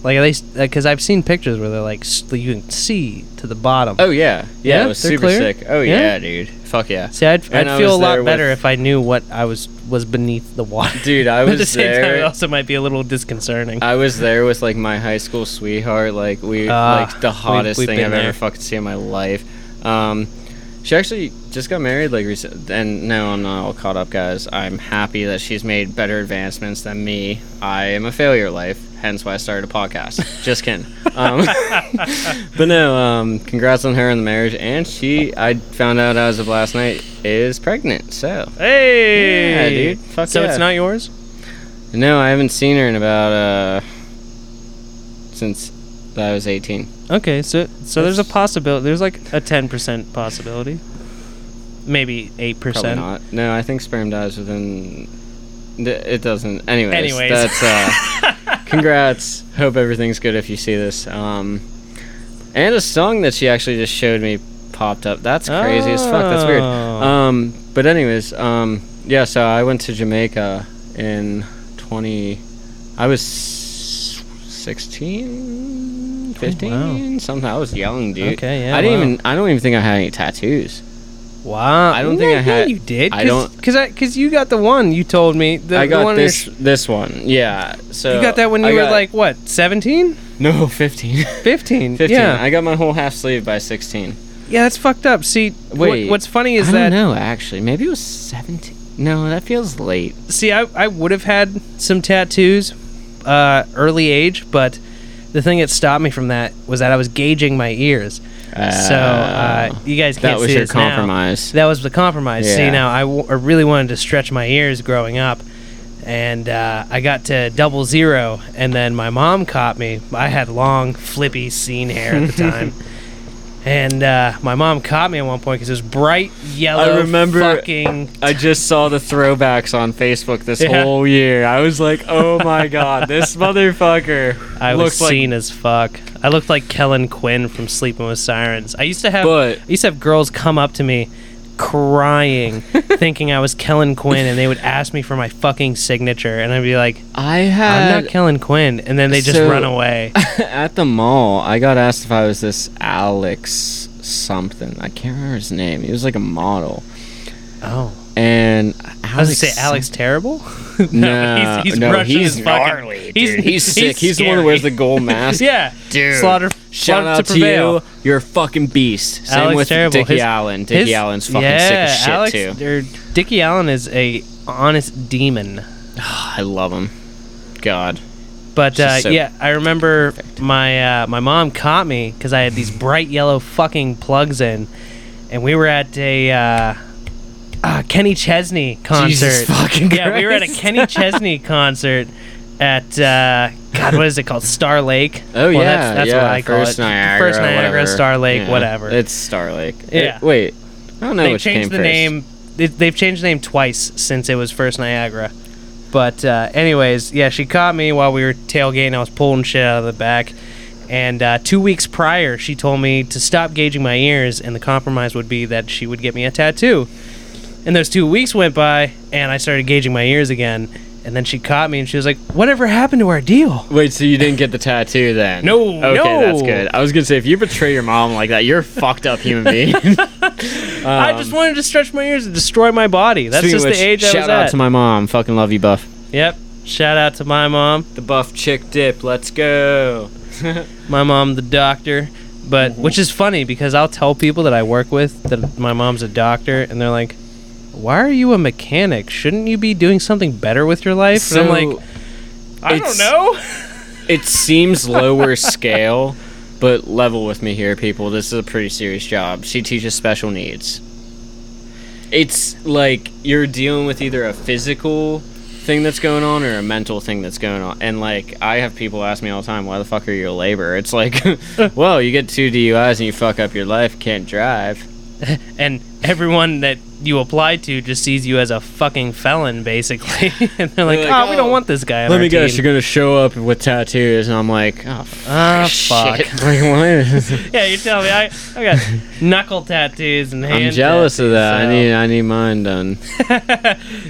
Speaker 2: Like are they? Because I've seen pictures where they're like s- you can see to the bottom.
Speaker 1: Oh yeah, yeah.
Speaker 2: Yeah,
Speaker 1: it was
Speaker 2: they're
Speaker 1: super
Speaker 2: clear?
Speaker 1: sick. Oh
Speaker 2: Yeah?
Speaker 1: yeah. dude. Fuck yeah.
Speaker 2: See, I'd,
Speaker 1: and
Speaker 2: I'd
Speaker 1: I
Speaker 2: feel a
Speaker 1: was there
Speaker 2: lot better
Speaker 1: with-
Speaker 2: if I knew what I was was beneath the water. [laughs]
Speaker 1: Dude, I
Speaker 2: But at the
Speaker 1: was
Speaker 2: same time, it
Speaker 1: there- Uh,
Speaker 2: also might be a little disconcerting.
Speaker 1: I was there with like my high school sweetheart, like we
Speaker 2: Ah,
Speaker 1: like the
Speaker 2: we've-
Speaker 1: hottest
Speaker 2: we've
Speaker 1: thing
Speaker 2: been
Speaker 1: I've
Speaker 2: there.
Speaker 1: ever fucking seen in my life. Um, she actually just got married like recent, and no, I'm not all caught up, guys. I'm happy that she's made better advancements than me. I am a failure life. Hence why I started a
Speaker 2: [laughs]
Speaker 1: podcast. Just kidding. Um, [laughs] but no, um, congrats on her and the marriage. And she, I found out as of last night, is pregnant. So
Speaker 2: Hey,
Speaker 1: Yeah, dude. Fuck
Speaker 2: so
Speaker 1: yeah.
Speaker 2: it's not yours.
Speaker 1: no, I haven't seen her in about uh since I was 18.
Speaker 2: Okay, so so there's a
Speaker 1: That's-
Speaker 2: possibility. There's like a ten percent possibility, maybe eight
Speaker 1: Probably
Speaker 2: percent.
Speaker 1: not. No, I think sperm dies within. th- It doesn't. Anyways,
Speaker 2: Anyways.
Speaker 1: that's uh,
Speaker 2: [laughs]
Speaker 1: congrats. Hope everything's good if you see this. Um, and a song that she actually just showed me popped up. That's crazy as fuck. That's weird.
Speaker 2: Oh.
Speaker 1: Um, but anyways, um, yeah. So I went to Jamaica in twenty. I was s- 16, 15, something. I was young, dude.
Speaker 2: Oh, Okay, yeah,
Speaker 1: I didn't
Speaker 2: wow.
Speaker 1: even. I don't even think I had any tattoos.
Speaker 2: Wow,
Speaker 1: I don't think I had-
Speaker 2: You did.
Speaker 1: I
Speaker 2: Cause,
Speaker 1: don't-
Speaker 2: because I because you got the one you told me. The,
Speaker 1: I
Speaker 2: the
Speaker 1: got
Speaker 2: one in your
Speaker 1: this this one. Yeah. So
Speaker 2: You got that when you
Speaker 1: I
Speaker 2: were
Speaker 1: got-
Speaker 2: like what, 17?
Speaker 1: [laughs] no [laughs] 15. 15.
Speaker 2: 15. Yeah.
Speaker 1: I got my whole half sleeve by 16.
Speaker 2: yeah, that's fucked up. See, Wait,
Speaker 1: Wait,
Speaker 2: what's funny
Speaker 1: I
Speaker 2: is
Speaker 1: don't
Speaker 2: that
Speaker 1: know actually. Maybe it was 17. No, that feels late.
Speaker 2: see, I I would have had some tattoos uh early age, but the thing that stopped me from that was that I was gauging my ears. so, uh,
Speaker 1: Oh.
Speaker 2: you guys
Speaker 1: that
Speaker 2: can't
Speaker 1: was
Speaker 2: see
Speaker 1: your
Speaker 2: this now.
Speaker 1: compromise.
Speaker 2: That was the compromise. See,
Speaker 1: Yeah.
Speaker 2: now I, w- I really wanted to stretch my ears growing up, and uh, I got to double zero, and then my mom caught me. I had long, flippy, scene hair at
Speaker 1: [laughs]
Speaker 2: the time. And uh, my mom caught me at one point because it was bright yellow.
Speaker 1: I remember-
Speaker 2: Fucking,
Speaker 1: I just saw the throwbacks on Facebook this
Speaker 2: [laughs] Yeah.
Speaker 1: whole year. I was like, "Oh my god,
Speaker 2: [laughs]
Speaker 1: this motherfucker
Speaker 2: I was
Speaker 1: looks like
Speaker 2: seen as fuck. I looked like Kellen Quinn from Sleeping with Sirens. I used to have.
Speaker 1: But-
Speaker 2: I used to have girls come up to me,
Speaker 1: [laughs]
Speaker 2: crying, thinking I was Kellen Quinn, and they would ask me for my fucking signature, and I'd be like,
Speaker 1: I
Speaker 2: I'm
Speaker 1: had
Speaker 2: not Kellen Quinn, and then they just
Speaker 1: Uh, so-
Speaker 2: run away.
Speaker 1: [laughs] at the mall, I got asked if I was this Alex something. I can't remember his name. He was like a model.
Speaker 2: Oh,
Speaker 1: And Alex,
Speaker 2: I was gonna say Alex [laughs] Terrible.
Speaker 1: No,
Speaker 2: [laughs] he's, he's
Speaker 1: no,
Speaker 2: Russian
Speaker 1: he's
Speaker 2: as fuck.
Speaker 1: gnarly, dude. He's, sick. He's the one
Speaker 2: scary.
Speaker 1: who
Speaker 2: [laughs]
Speaker 1: wears the gold mask.
Speaker 2: yeah,
Speaker 1: dude.
Speaker 2: Slaughter,
Speaker 1: Shout
Speaker 2: slaughter
Speaker 1: out
Speaker 2: to
Speaker 1: to,
Speaker 2: prevail.
Speaker 1: you. You're a fucking beast. Same
Speaker 2: Alex
Speaker 1: with
Speaker 2: Terrible.
Speaker 1: Dickie
Speaker 2: His-
Speaker 1: Allen. Dickie
Speaker 2: His-
Speaker 1: Allen's fucking
Speaker 2: yeah,
Speaker 1: sick as shit
Speaker 2: Alex,
Speaker 1: too.
Speaker 2: Or Dickie Allen is a honest demon.
Speaker 1: [sighs] I love him. God.
Speaker 2: But uh,
Speaker 1: Just so
Speaker 2: yeah, I remember
Speaker 1: perfect. Mm-hmm.
Speaker 2: my uh, my mom caught me because I had these bright yellow fucking plugs in, and we were at a uh, uh, Kenny Chesney concert.
Speaker 1: Jesus fucking
Speaker 2: yeah, we were at a
Speaker 1: Christ.
Speaker 2: Kenny
Speaker 1: [laughs]
Speaker 2: Chesney concert at uh, God, what is it called? Star Lake.
Speaker 1: Oh
Speaker 2: Well,
Speaker 1: yeah,
Speaker 2: that's, that's
Speaker 1: yeah.
Speaker 2: what I call
Speaker 1: First
Speaker 2: it.
Speaker 1: Niagara,
Speaker 2: First Niagara,
Speaker 1: whatever.
Speaker 2: Star Lake,
Speaker 1: Yeah,
Speaker 2: whatever.
Speaker 1: It's Star Lake.
Speaker 2: Yeah.
Speaker 1: It- wait, I don't know
Speaker 2: they've
Speaker 1: which came
Speaker 2: changed the
Speaker 1: first.
Speaker 2: name. They, they've changed the name twice since it was first Niagara. But uh, anyways, yeah, she caught me while we were tailgating. I was pulling shit out of the back, and uh, two weeks prior, she told me to stop gauging my ears, and the compromise would be that she would get me a tattoo. And those two weeks went by, and I started gauging my ears again. And then she caught me, and she was like, "Whatever happened to our deal?"
Speaker 1: Wait, so you didn't get the tattoo then?
Speaker 2: No,
Speaker 1: Okay,
Speaker 2: no.
Speaker 1: that's good. I was gonna say if you betray your mom like that, you're a fucked up human being.
Speaker 2: [laughs] I just wanted to stretch my ears and destroy my body. That's
Speaker 1: Speaking
Speaker 2: just
Speaker 1: of
Speaker 2: the
Speaker 1: which,
Speaker 2: age I
Speaker 1: Um, Shout
Speaker 2: was
Speaker 1: out
Speaker 2: at.
Speaker 1: to my mom. Fucking love you, Buff.
Speaker 2: yep. Shout out to my mom.
Speaker 1: The Buff chick dip. Let's go.
Speaker 2: my mom the doctor but
Speaker 1: Mm-hmm.
Speaker 2: which is funny because i'll tell people that i work with that my mom's a doctor and they're like why are you a mechanic shouldn't you be doing something better with your life and i'm like i
Speaker 1: it's-
Speaker 2: don't know [laughs]
Speaker 1: it seems lower scale, but level with me here, people. This is a pretty serious job. She teaches special needs. It's like you're dealing with either a physical thing that's going on or a mental thing that's going on. And like I have people ask me all the time, "Why the fuck are you a laborer?" It's like, [laughs] well, you get two DUIs and you fuck up your life, can't drive.
Speaker 2: and everyone that you apply to just sees you as a fucking felon basically [laughs] and they're like,
Speaker 1: They're
Speaker 2: oh,
Speaker 1: like,
Speaker 2: we don't
Speaker 1: "Oh,
Speaker 2: want this guy on
Speaker 1: Let
Speaker 2: our
Speaker 1: me guess,
Speaker 2: team."
Speaker 1: you're gonna show up with tattoos, and I'm like, oh, f-
Speaker 2: ah fuck
Speaker 1: shit. [laughs] Like, what is
Speaker 2: [laughs]
Speaker 1: [laughs]
Speaker 2: yeah you're telling me i, I got knuckle tattoos and hand
Speaker 1: I'm jealous of
Speaker 2: tattoos,
Speaker 1: that. I
Speaker 2: so-
Speaker 1: need, I need mine done.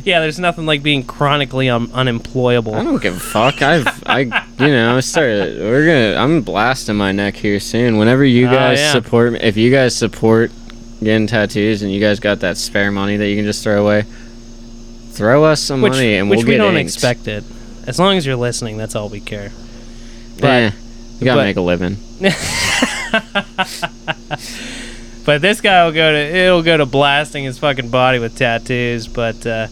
Speaker 2: yeah there's nothing like being chronically um, unemployable
Speaker 1: I don't give a fuck. I've, I, you know, I started. We're gonna. I'm blasting my neck here soon. Whenever you
Speaker 2: Oh,
Speaker 1: guys
Speaker 2: yeah.
Speaker 1: support me, if you guys support getting tattoos, and you guys got that spare money that you can just throw away, throw us some
Speaker 2: which,
Speaker 1: money, and
Speaker 2: which
Speaker 1: we'll
Speaker 2: we
Speaker 1: get
Speaker 2: don't
Speaker 1: inked.
Speaker 2: expect it. As long as you're listening, that's all we care.
Speaker 1: Eh, you gotta
Speaker 2: but-
Speaker 1: make a living.
Speaker 2: But this guy will go to it'll go to blasting his fucking body with tattoos. But uh,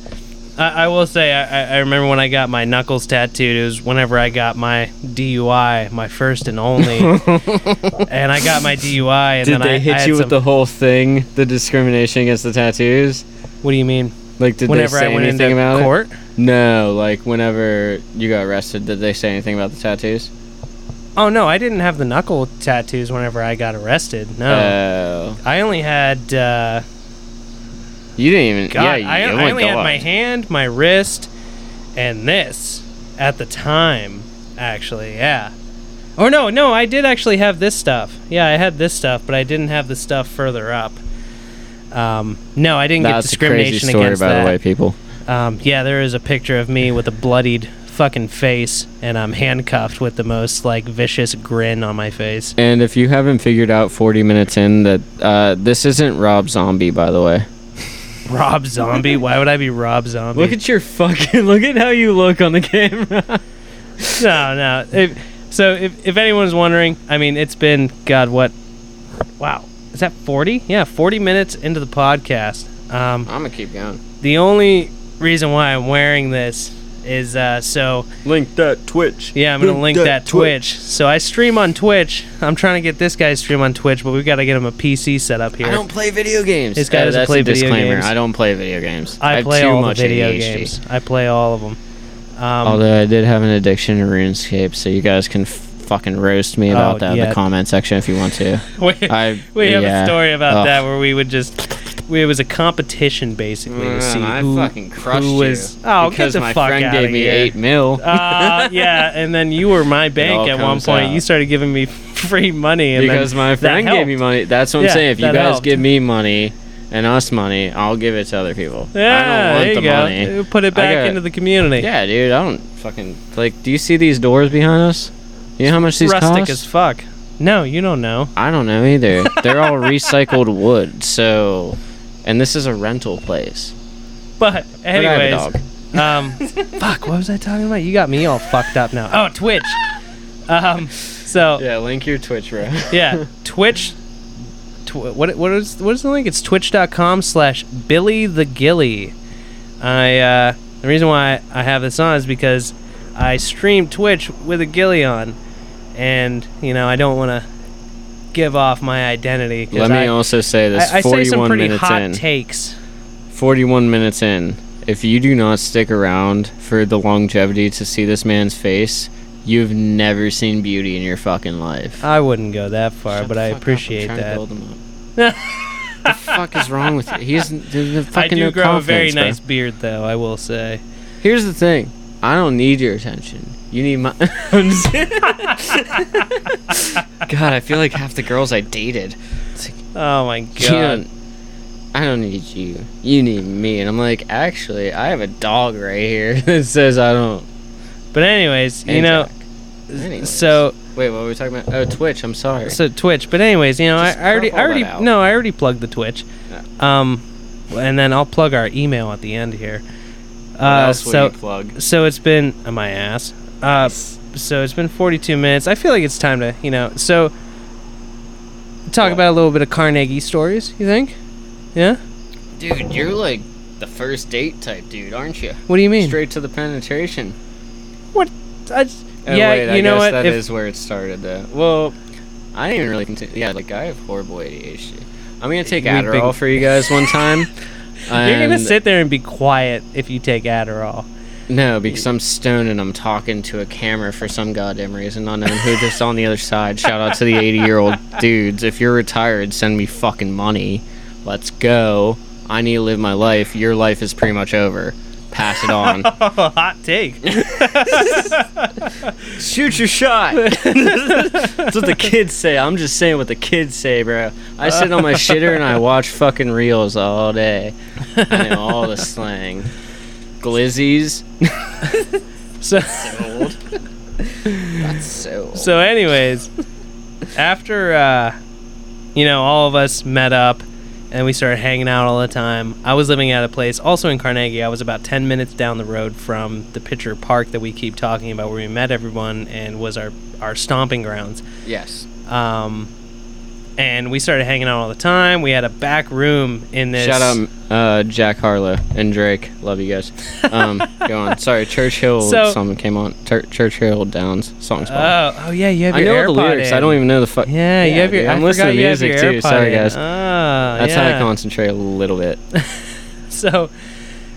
Speaker 2: I, I will say, I, I- I remember when I got my knuckles tattooed. It was whenever I got my DUI, my first
Speaker 1: [laughs]
Speaker 2: and only. and I got my DUI, and
Speaker 1: Did
Speaker 2: then
Speaker 1: they
Speaker 2: I,
Speaker 1: hit
Speaker 2: I had
Speaker 1: you
Speaker 2: some-
Speaker 1: with the whole thing, the discrimination against the tattoos?
Speaker 2: What do you mean?
Speaker 1: Like, did
Speaker 2: whenever
Speaker 1: they say
Speaker 2: I went
Speaker 1: anything
Speaker 2: into
Speaker 1: about it?
Speaker 2: court?
Speaker 1: No, like whenever you got arrested, did they say anything about the tattoos?
Speaker 2: Oh no, I didn't have the knuckle tattoos whenever I got arrested. No,
Speaker 1: Oh.
Speaker 2: I only had. Uh,
Speaker 1: you didn't even.
Speaker 2: God,
Speaker 1: yeah, you,
Speaker 2: I,
Speaker 1: oh
Speaker 2: I
Speaker 1: my
Speaker 2: only
Speaker 1: God.
Speaker 2: had my hand, my wrist, and this at the time, actually, yeah. Or no, no, I did actually have this stuff. Yeah, I had this stuff, but I didn't have the stuff further up. Um, no, I didn't
Speaker 1: That's
Speaker 2: get
Speaker 1: a crazy
Speaker 2: discrimination
Speaker 1: story,
Speaker 2: against
Speaker 1: by
Speaker 2: that.
Speaker 1: the way, people.
Speaker 2: Um, yeah, there is a picture of me with a bloodied fucking face, and I'm handcuffed with the most like vicious grin on my face.
Speaker 1: And if you haven't figured out 40 minutes in that uh, this isn't Rob Zombie, by the way.
Speaker 2: Rob Zombie? Why would I be Rob Zombie?
Speaker 1: Look at your
Speaker 2: [laughs]
Speaker 1: [laughs] fucking. Look at how you look on the camera.
Speaker 2: no, no. If, so if, if anyone's wondering, I mean, it's been God, what? Wow, is that forty? Yeah, forty minutes into the podcast. Um,
Speaker 1: I'm gonna keep going.
Speaker 2: the only reason why I'm wearing this is uh, so
Speaker 1: Link that Twitch.
Speaker 2: yeah, I'm gonna link that Twitch. So I stream on Twitch. I'm trying to get this guy to stream on Twitch, but we've got to get him a PC set up here.
Speaker 1: I don't play video games.
Speaker 2: This guy
Speaker 1: Uh,
Speaker 2: doesn't
Speaker 1: that's
Speaker 2: play
Speaker 1: a
Speaker 2: video
Speaker 1: disclaimer.
Speaker 2: games.
Speaker 1: I don't play video games.
Speaker 2: I
Speaker 1: have
Speaker 2: play
Speaker 1: too
Speaker 2: all the
Speaker 1: much
Speaker 2: video
Speaker 1: ADHD.
Speaker 2: games. I play all of them. Um, [laughs]
Speaker 1: Although I did have an addiction to RuneScape, so you guys can f- fucking roast me about
Speaker 2: Oh,
Speaker 1: that in
Speaker 2: yeah.
Speaker 1: the comment section if you want to.
Speaker 2: we,
Speaker 1: [laughs] I-
Speaker 2: [laughs] we have
Speaker 1: yeah.
Speaker 2: a story about
Speaker 1: Ugh.
Speaker 2: that where we would just we, it was a competition basically
Speaker 1: Mm,
Speaker 2: to see who who was oh
Speaker 1: because
Speaker 2: get the
Speaker 1: my
Speaker 2: fuck
Speaker 1: friend
Speaker 2: out
Speaker 1: gave
Speaker 2: of
Speaker 1: me
Speaker 2: here.
Speaker 1: eight mil.
Speaker 2: uh, yeah, and then you were my
Speaker 1: all
Speaker 2: bank at one
Speaker 1: comes
Speaker 2: point.
Speaker 1: out.
Speaker 2: You started giving me [laughs] free money, and
Speaker 1: because
Speaker 2: then
Speaker 1: my
Speaker 2: that
Speaker 1: friend gave
Speaker 2: helped.
Speaker 1: me money. That's what I'm
Speaker 2: Yeah,
Speaker 1: saying. If you
Speaker 2: that
Speaker 1: guys
Speaker 2: helped.
Speaker 1: give me money and us money, I'll give it to other people.
Speaker 2: Yeah,
Speaker 1: I don't want
Speaker 2: there you
Speaker 1: the
Speaker 2: go.
Speaker 1: money.
Speaker 2: It would Put it
Speaker 1: I
Speaker 2: back
Speaker 1: got-
Speaker 2: into the community.
Speaker 1: Yeah, dude. I don't fucking like. Do you see these doors behind us? You know how much these
Speaker 2: rustic
Speaker 1: cost?
Speaker 2: as fuck. No, you don't know.
Speaker 1: I don't know either. They're all recycled [laughs] wood. So, and this is a rental place.
Speaker 2: But
Speaker 1: But I have a
Speaker 2: anyways,
Speaker 1: dog. [laughs]
Speaker 2: Um, fuck, what was I talking about? You got me all fucked up now. Oh,
Speaker 1: [laughs]
Speaker 2: Twitch. Um, so yeah,
Speaker 1: Yeah, link your Twitch, bro. [laughs]
Speaker 2: Twitch. Tw- what what is what is the link? It's twitch.com slash Billy the Gilly. I uh, the reason why I have this on is because I stream Twitch with a gilly on, and you know I don't want to give off my identity. 'cause
Speaker 1: Let me
Speaker 2: I,
Speaker 1: also say this:
Speaker 2: I, I say some
Speaker 1: forty-one
Speaker 2: pretty
Speaker 1: minutes
Speaker 2: hot
Speaker 1: in.
Speaker 2: takes.
Speaker 1: forty-one minutes in. If you do not stick around for the longevity to see this man's face, you've never seen beauty in your fucking life.
Speaker 2: I wouldn't go that far,
Speaker 1: Shut
Speaker 2: Uh, but
Speaker 1: the
Speaker 2: I
Speaker 1: fuck up. I'm
Speaker 2: appreciate
Speaker 1: trying to
Speaker 2: that.
Speaker 1: build him up.
Speaker 2: [laughs]
Speaker 1: the fuck is wrong with you? He isn't. There's no
Speaker 2: I
Speaker 1: fucking
Speaker 2: do
Speaker 1: no
Speaker 2: grow a very
Speaker 1: confidence, bro.
Speaker 2: nice beard, though. I will say.
Speaker 1: Here's the thing. I don't need your attention. You need
Speaker 2: [laughs]
Speaker 1: my. [laughs] I'm just- God, I feel like half the girls I dated. It's like,
Speaker 2: Oh my
Speaker 1: you
Speaker 2: god!
Speaker 1: don't, I don't need you. You need me. And I'm like, actually, I have a dog right here [laughs] that says I don't.
Speaker 2: But anyways, you know,
Speaker 1: know.
Speaker 2: so
Speaker 1: Wait, what were we talking about? Oh, Twitch. I'm sorry.
Speaker 2: so Twitch. But anyways, you know, I,
Speaker 1: Just
Speaker 2: I already,
Speaker 1: crop all
Speaker 2: I already,
Speaker 1: that out.
Speaker 2: no, I already plugged the Twitch. Um, and then I'll plug our email at the end here. Uh, so
Speaker 1: plug.
Speaker 2: so it's been uh, my ass. Uh, so it's been 42 minutes. I feel like it's time to you know. So talk
Speaker 1: What?
Speaker 2: about a little bit of Carnegie stories. You think? Yeah.
Speaker 1: Dude, you're like the first date type dude, aren't you?
Speaker 2: What do you mean?
Speaker 1: Straight to the penetration. Oh,
Speaker 2: What? I just- yeah,
Speaker 1: wait,
Speaker 2: you
Speaker 1: I
Speaker 2: know
Speaker 1: guess
Speaker 2: what?
Speaker 1: That is
Speaker 2: if,
Speaker 1: where it started, though.
Speaker 2: Well,
Speaker 1: I didn't even really continue. Yeah, like I have horrible ADHD. I'm gonna take
Speaker 2: We big-
Speaker 1: Adderall for you guys one time.
Speaker 2: [laughs] you're gonna
Speaker 1: and-
Speaker 2: sit there and be quiet if you take Adderall.
Speaker 1: No, because I'm stoned and I'm talking to a camera for some goddamn reason, not knowing who this on the other side. Shout out to the 80 year old dudes. If you're retired, send me fucking money. Let's go. I need to live my life. Your life is pretty much over. Pass it on.
Speaker 2: Hot take.
Speaker 1: [laughs] Shoot your shot. That's what the kids say. I'm just saying what the kids say, bro. I sit on my shitter and I watch fucking reels all day. I know all the slang. Glizzies.
Speaker 2: So,
Speaker 1: Old. [laughs] That's so. Old.
Speaker 2: so anyways, after uh, you know all of us met up and we started hanging out all the time. I was living at a place also in Carnegie. I was about 10 minutes down the road from the Pitcher Park that we keep talking about where we met everyone and was our our stomping grounds.
Speaker 1: yes.
Speaker 2: Um, and we started hanging out all the time. We had a back room in this.
Speaker 1: Shout out uh, Jack Harlow and Drake. Love you guys. [laughs] Um, go on. Sorry, Churchill
Speaker 2: So-
Speaker 1: song came on. Tur- Churchill Downs song spot.
Speaker 2: Oh, oh yeah, you have
Speaker 1: I
Speaker 2: your
Speaker 1: know
Speaker 2: AirPod
Speaker 1: the lyrics.
Speaker 2: in.
Speaker 1: I don't even know the fuck.
Speaker 2: Yeah, you have your.
Speaker 1: dude,
Speaker 2: I
Speaker 1: I'm listening
Speaker 2: forgot
Speaker 1: to
Speaker 2: you have
Speaker 1: music
Speaker 2: your
Speaker 1: too.
Speaker 2: AirPod
Speaker 1: Sorry,
Speaker 2: in.
Speaker 1: guys.
Speaker 2: Ah,
Speaker 1: That's how
Speaker 2: yeah.
Speaker 1: I concentrate a little bit.
Speaker 2: [laughs] so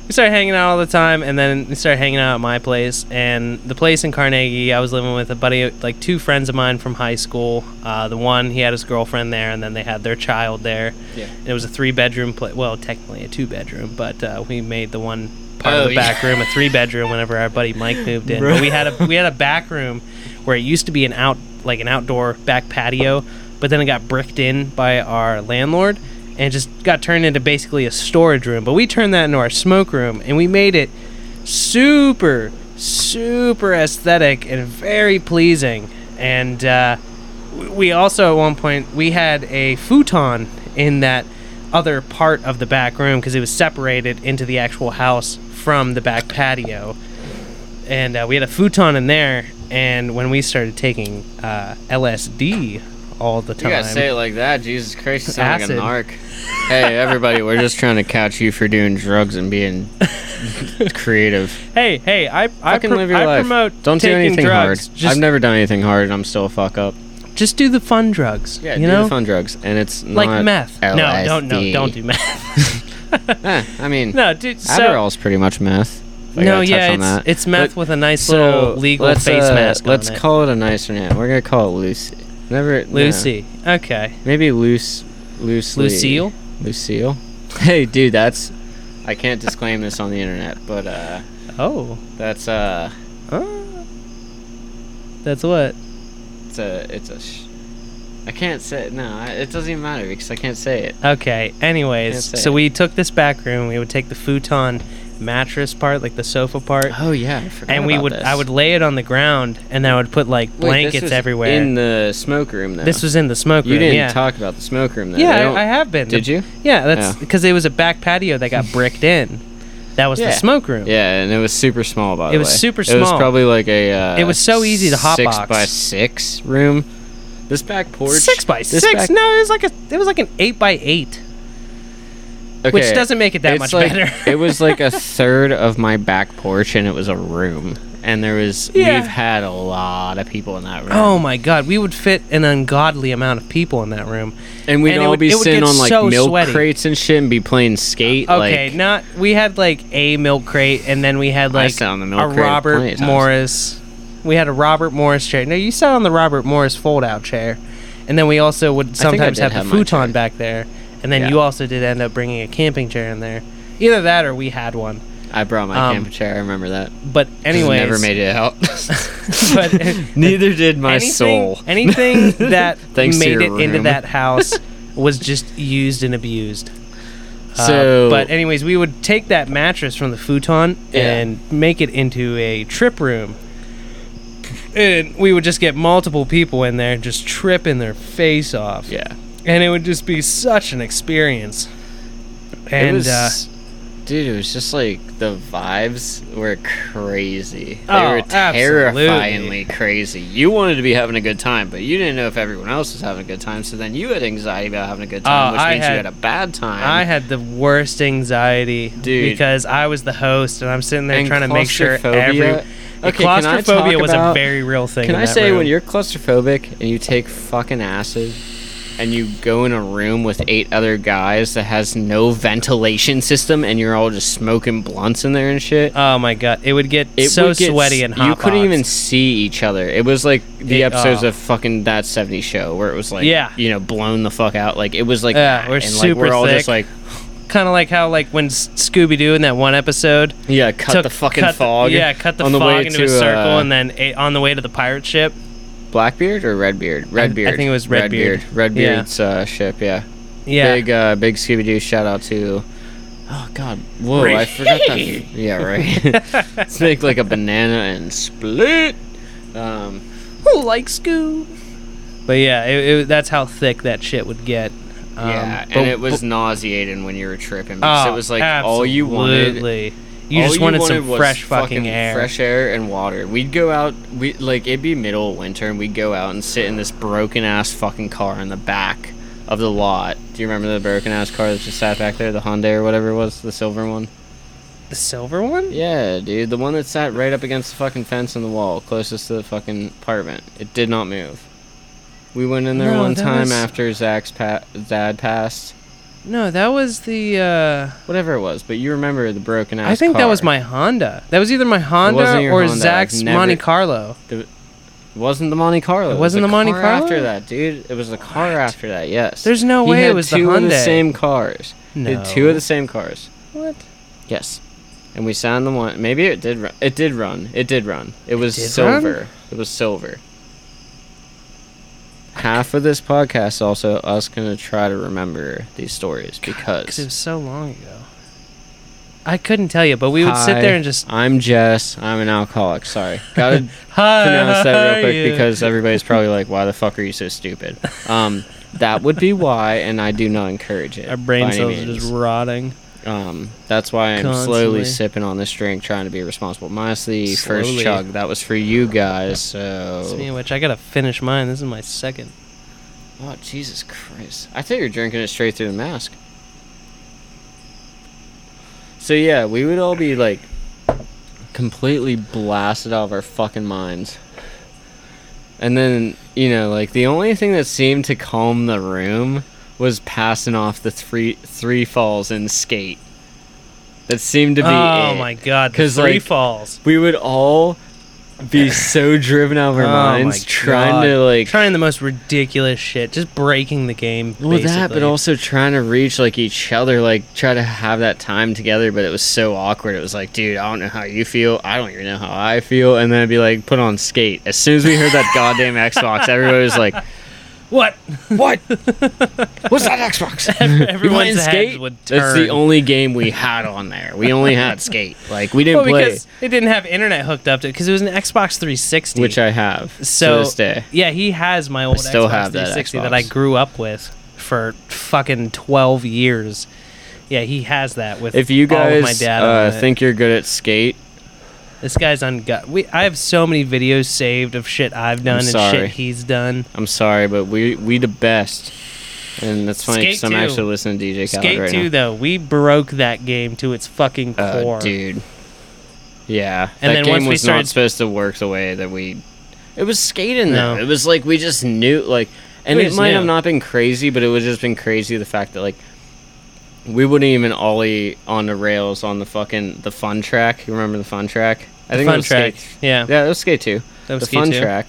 Speaker 2: we started hanging out all the time and then we started hanging out at my place and the place in carnegie i was living with a buddy like two friends of mine from high school uh, the one he had his girlfriend there and then they had their child there
Speaker 1: Yeah.
Speaker 2: and it was a three bedroom place well technically a two bedroom but uh, we made the one part
Speaker 1: Oh,
Speaker 2: of the
Speaker 1: yeah.
Speaker 2: back room a three bedroom whenever our buddy mike moved in
Speaker 1: Bro.
Speaker 2: but we had a we had a back room where it used to be an out like an outdoor back patio but then it got bricked in by our landlord and just got turned into basically a storage room but we turned that into our smoke room and we made it super super aesthetic and very pleasing and uh, w- we also at one point we had a futon in that other part of the back room because it was separated into the actual house from the back patio and uh, we had a futon in there. And when we started taking uh, LSD all the time,
Speaker 1: You gotta say it like that. Jesus Christ, you sound like
Speaker 2: Acid.
Speaker 1: an narc. hey, everybody, we're just trying to catch you for doing drugs and [laughs] being creative.
Speaker 2: hey, hey, I I,
Speaker 1: Fucking
Speaker 2: pro-
Speaker 1: live your
Speaker 2: I
Speaker 1: life.
Speaker 2: promote
Speaker 1: Don't do
Speaker 2: taking
Speaker 1: anything
Speaker 2: drugs.
Speaker 1: hard.
Speaker 2: Just
Speaker 1: I've never done anything hard, and I'm still a fuck up.
Speaker 2: just do the fun drugs.
Speaker 1: Yeah,
Speaker 2: you
Speaker 1: do
Speaker 2: know,
Speaker 1: the fun drugs, and it's
Speaker 2: like
Speaker 1: not
Speaker 2: meth. No,
Speaker 1: LSD.
Speaker 2: don't no, don't do meth. [laughs]
Speaker 1: Eh, I [laughs] mean,
Speaker 2: no, dude. So
Speaker 1: Adderall's pretty much meth. if I
Speaker 2: no,
Speaker 1: gotta touch
Speaker 2: yeah,
Speaker 1: on
Speaker 2: it's
Speaker 1: that.
Speaker 2: it's meth
Speaker 1: But-
Speaker 2: with a nice
Speaker 1: So
Speaker 2: little legal
Speaker 1: let's,
Speaker 2: face
Speaker 1: uh,
Speaker 2: mask. on
Speaker 1: Let's
Speaker 2: it.
Speaker 1: call it a nicer name. We're gonna call it Lucy. Never no.
Speaker 2: Lucy. Okay,
Speaker 1: Maybe loose, loosely.
Speaker 2: Lucille.
Speaker 1: Lucille. [laughs] Hey, dude, that's. I can't disclaim this on the internet, but uh,
Speaker 2: Oh,
Speaker 1: that's uh,
Speaker 2: Ah. that's what.
Speaker 1: it's a, it's a. Sh- I can't say it. No, I, it doesn't even matter because I can't say it.
Speaker 2: Okay. Anyways,
Speaker 1: Can't say
Speaker 2: so
Speaker 1: it.
Speaker 2: we took this back room. We would take the futon mattress part, like the sofa part,
Speaker 1: Oh yeah, I forgot
Speaker 2: and we
Speaker 1: about
Speaker 2: would
Speaker 1: this.
Speaker 2: I would lay it on the ground, and I would put like
Speaker 1: Wait,
Speaker 2: blankets
Speaker 1: this was
Speaker 2: everywhere.
Speaker 1: in the smoke room. Though
Speaker 2: this was in the smoke
Speaker 1: you
Speaker 2: room.
Speaker 1: didn't
Speaker 2: yeah.
Speaker 1: talk about the smoke room. Though. They
Speaker 2: yeah,
Speaker 1: don't-
Speaker 2: I, I have been.
Speaker 1: Did you?
Speaker 2: Yeah, that's
Speaker 1: Yeah.
Speaker 2: because it was a back patio that got bricked in. That was
Speaker 1: Yeah.
Speaker 2: the smoke room.
Speaker 1: Yeah, and it was super small. By the way,
Speaker 2: It was super
Speaker 1: It was
Speaker 2: small.
Speaker 1: probably like a. Uh,
Speaker 2: It was so easy to hotbox.
Speaker 1: Six by six room. This back porch.
Speaker 2: Six by
Speaker 1: this
Speaker 2: six?
Speaker 1: back-
Speaker 2: No, it was like a it was like an eight by eight, which
Speaker 1: Okay,
Speaker 2: doesn't make it that
Speaker 1: it's
Speaker 2: much
Speaker 1: like-
Speaker 2: better.
Speaker 1: [laughs] it was like
Speaker 2: [laughs]
Speaker 1: a third of my back porch, and it was a room. And there was
Speaker 2: Yeah.
Speaker 1: we've had a lot of people in that room.
Speaker 2: Oh my god, we would fit an ungodly amount of people in that room.
Speaker 1: and we'd
Speaker 2: and it
Speaker 1: all
Speaker 2: would-
Speaker 1: be
Speaker 2: it would
Speaker 1: sitting
Speaker 2: get
Speaker 1: on like
Speaker 2: so
Speaker 1: milk
Speaker 2: sweaty.
Speaker 1: crates and shit, and be playing skate.
Speaker 2: Okay,
Speaker 1: like,
Speaker 2: not we had like a milk crate, and then we had like
Speaker 1: sat on the milk
Speaker 2: a
Speaker 1: crate plenty
Speaker 2: Robert
Speaker 1: of times.
Speaker 2: Morris. We had a Robert Morris chair. No, you sat on the Robert Morris fold-out chair, and then we also would
Speaker 1: I
Speaker 2: sometimes
Speaker 1: did
Speaker 2: have the
Speaker 1: have my
Speaker 2: futon
Speaker 1: chair.
Speaker 2: back there, and then
Speaker 1: Yeah.
Speaker 2: you also did end up bringing a camping chair in there. Either that or we had one.
Speaker 1: I brought my
Speaker 2: um,
Speaker 1: camper chair. I remember that.
Speaker 2: But anyway,
Speaker 1: never
Speaker 2: [laughs]
Speaker 1: made it out. [laughs]
Speaker 2: But-
Speaker 1: neither did [laughs] my
Speaker 2: anything,
Speaker 1: soul. [laughs]
Speaker 2: anything that
Speaker 1: Thanks to
Speaker 2: made it
Speaker 1: your
Speaker 2: into
Speaker 1: room. [laughs]
Speaker 2: that house was just used and abused. Uh,
Speaker 1: So-
Speaker 2: but anyways, we would take that mattress from the futon
Speaker 1: Yeah.
Speaker 2: and make it into a trip room. And we would just get multiple people in there just tripping their face off.
Speaker 1: Yeah.
Speaker 2: And it would just be such an experience. And
Speaker 1: it was,
Speaker 2: uh,
Speaker 1: dude, it was just like the vibes were crazy. They
Speaker 2: Oh,
Speaker 1: were
Speaker 2: absolutely.
Speaker 1: terrifyingly crazy. You wanted to be having a good time, but you didn't know if everyone else was having a good time. So then you had anxiety about having a good time,
Speaker 2: Oh,
Speaker 1: which
Speaker 2: I
Speaker 1: means
Speaker 2: had-
Speaker 1: you had a bad time.
Speaker 2: I had the worst anxiety
Speaker 1: Dude.
Speaker 2: because I was the host and I'm sitting there
Speaker 1: And
Speaker 2: trying to make sure every
Speaker 1: claustrophobia.
Speaker 2: the
Speaker 1: Okay, can I talk
Speaker 2: claustrophobia was a
Speaker 1: about-
Speaker 2: very real thing.
Speaker 1: Can
Speaker 2: in
Speaker 1: I
Speaker 2: that
Speaker 1: say
Speaker 2: room.
Speaker 1: when you're claustrophobic and you take fucking acid and you go in a room with eight other guys that has no ventilation system and you're all just smoking blunts in there and shit?
Speaker 2: Oh my god, it would get
Speaker 1: It
Speaker 2: so
Speaker 1: would get
Speaker 2: sweaty
Speaker 1: s-
Speaker 2: and hot.
Speaker 1: You couldn't even see each other. It was like the
Speaker 2: It-
Speaker 1: episodes
Speaker 2: oh.
Speaker 1: of fucking that 70 show where it was like,
Speaker 2: Yeah.
Speaker 1: you know, blown the fuck out. Like it was like,
Speaker 2: Yeah,
Speaker 1: that,
Speaker 2: we're
Speaker 1: and like,
Speaker 2: super
Speaker 1: we're all just
Speaker 2: thick.
Speaker 1: like,
Speaker 2: kind of like how like when Scooby Doo in that one episode
Speaker 1: yeah, cut
Speaker 2: took
Speaker 1: the fucking
Speaker 2: cut the-
Speaker 1: fog.
Speaker 2: yeah, cut the
Speaker 1: on
Speaker 2: fog
Speaker 1: way
Speaker 2: into
Speaker 1: to,
Speaker 2: a circle
Speaker 1: uh,
Speaker 2: and then a on the way to the pirate ship.
Speaker 1: Blackbeard or Redbeard? Redbeard.
Speaker 2: think it was Redbeard.
Speaker 1: Redbeard's uh, ship. Yeah.
Speaker 2: Yeah,
Speaker 1: Big uh, big Scooby Doo shout out to. Oh God! Whoa! I forgot
Speaker 2: [laughs]
Speaker 1: that. Yeah, right. [laughs] Let's make like a banana and split. Um,
Speaker 2: who likes Scoo? But yeah, it, it, that's how thick that shit would get. Um,
Speaker 1: yeah,
Speaker 2: but-
Speaker 1: and it was
Speaker 2: but-
Speaker 1: nauseating when you were tripping because
Speaker 2: oh,
Speaker 1: it was like all you wanted.
Speaker 2: absolutely. You
Speaker 1: all
Speaker 2: just wanted, some
Speaker 1: was
Speaker 2: fresh fucking, air.
Speaker 1: fresh air and water. We'd go out. We like it'd be middle of winter, and we'd go out and sit in this broken ass fucking car in the back of the lot. Do you remember the broken ass car that just sat back there, the Hyundai or whatever it was, the silver one?
Speaker 2: The silver one?
Speaker 1: Yeah, dude, the one that sat right up against the fucking fence and the wall, closest to the fucking apartment. It did not move. We went in there
Speaker 2: No,
Speaker 1: one
Speaker 2: that
Speaker 1: time
Speaker 2: was-
Speaker 1: after Zach's pa- dad passed,
Speaker 2: No, that was the. Uh,
Speaker 1: whatever it was. But you remember the broken ass.
Speaker 2: I think that was
Speaker 1: car.
Speaker 2: my Honda. That was either my
Speaker 1: wasn't
Speaker 2: Honda
Speaker 1: your
Speaker 2: or
Speaker 1: Honda. I've
Speaker 2: Zach's
Speaker 1: never-
Speaker 2: Monte Carlo.
Speaker 1: It wasn't the Monte Carlo.
Speaker 2: It wasn't
Speaker 1: was
Speaker 2: the Monte
Speaker 1: car
Speaker 2: Carlo?
Speaker 1: after that, dude. It was the car after that. Yes.
Speaker 2: There's no
Speaker 1: He
Speaker 2: way
Speaker 1: had
Speaker 2: it was the
Speaker 1: two of the
Speaker 2: Hyundai.
Speaker 1: same cars. He had two of the same cars.
Speaker 2: What?
Speaker 1: Yes. And we signed the one. Maybe it did. Run. It did run. It did run. It was
Speaker 2: did
Speaker 1: silver.
Speaker 2: run?
Speaker 1: It was silver. Half of this podcast is also us gonna try to remember these stories
Speaker 2: Because it was
Speaker 1: because
Speaker 2: so long ago. I couldn't tell you, but we would sit
Speaker 1: Hi,
Speaker 2: there and just
Speaker 1: I'm Jess. I'm an alcoholic. Sorry, gotta
Speaker 2: hi,
Speaker 1: pronounce that
Speaker 2: [laughs] how
Speaker 1: real quick
Speaker 2: are you?"
Speaker 1: because everybody's probably like, "Why the fuck are you so stupid?" Um, that would be why, and I do not encourage it.
Speaker 2: our brain
Speaker 1: by any
Speaker 2: cells are
Speaker 1: means.
Speaker 2: just rotting.
Speaker 1: Um, that's why I'm
Speaker 2: Constantly.
Speaker 1: slowly sipping on this drink, trying to be responsible. Mine's the
Speaker 2: Slowly.
Speaker 1: first chug. That was for you guys. So,
Speaker 2: Speaking of which, I gotta finish mine. This is my second.
Speaker 1: oh Jesus Christ! I thought you were drinking it straight through the mask. So yeah, we would all be like completely blasted out of our fucking minds. And then you know, like the only thing that seemed to calm the room was passing off the three three falls in skate. That seemed to be
Speaker 2: oh
Speaker 1: it.
Speaker 2: my god!
Speaker 1: 'Cause,
Speaker 2: Because three
Speaker 1: like,
Speaker 2: falls.
Speaker 1: we would all be so driven out of our
Speaker 2: Oh my
Speaker 1: minds trying to
Speaker 2: God.
Speaker 1: like
Speaker 2: trying the most ridiculous shit, just breaking the game.
Speaker 1: well that but
Speaker 2: basically.
Speaker 1: also trying to reach like each other like try to have that time together but it was so awkward it was like dude i don't know how you feel i don't even know how i feel and then it'd be like put on skate as soon as we heard
Speaker 2: [laughs]
Speaker 1: that goddamn xbox everybody was like
Speaker 2: what?
Speaker 1: what what's that
Speaker 2: [laughs]
Speaker 1: xbox [laughs] You playing
Speaker 2: Everyone's heads would
Speaker 1: that's
Speaker 2: turn.
Speaker 1: the only game we had on there we only had skate like we
Speaker 2: Well,
Speaker 1: didn't play
Speaker 2: because it didn't have internet hooked up to it because it was an Xbox 360.
Speaker 1: which i have to
Speaker 2: so
Speaker 1: this day
Speaker 2: yeah, he has my old
Speaker 1: still
Speaker 2: Xbox
Speaker 1: have that
Speaker 2: 360 that,
Speaker 1: Xbox.
Speaker 2: I grew up with for fucking 12 years. Yeah, he has that with
Speaker 1: if you
Speaker 2: all of
Speaker 1: guys
Speaker 2: my dad
Speaker 1: uh, think you're good at skate
Speaker 2: this guy's on gut. We I have so many videos saved of shit I've done and
Speaker 1: sorry.
Speaker 2: shit he's done.
Speaker 1: I'm sorry, but we we the best. And that's funny because
Speaker 2: Skate
Speaker 1: I'm
Speaker 2: 2.
Speaker 1: actually listening to DJ Khaled
Speaker 2: Skate
Speaker 1: right
Speaker 2: 2 though, we broke that game to its fucking
Speaker 1: now. Uh,
Speaker 2: core.
Speaker 1: dude. Yeah,
Speaker 2: And
Speaker 1: that
Speaker 2: then
Speaker 1: game
Speaker 2: once we
Speaker 1: was
Speaker 2: started-
Speaker 1: not supposed to work the way that we. It was skating
Speaker 2: No.
Speaker 1: though. It was like we just knew like, and
Speaker 2: We
Speaker 1: it
Speaker 2: just
Speaker 1: might
Speaker 2: knew.
Speaker 1: have not been crazy, but it would just been crazy the fact that like. We wouldn't even ollie on the rails on the fucking the fun track. You remember the fun track? I
Speaker 2: The
Speaker 1: think it
Speaker 2: fun
Speaker 1: was
Speaker 2: track.
Speaker 1: Skate-
Speaker 2: Yeah.
Speaker 1: Yeah, it was skate two.
Speaker 2: That was
Speaker 1: the
Speaker 2: Skate
Speaker 1: fun
Speaker 2: [laughs] 2.
Speaker 1: track.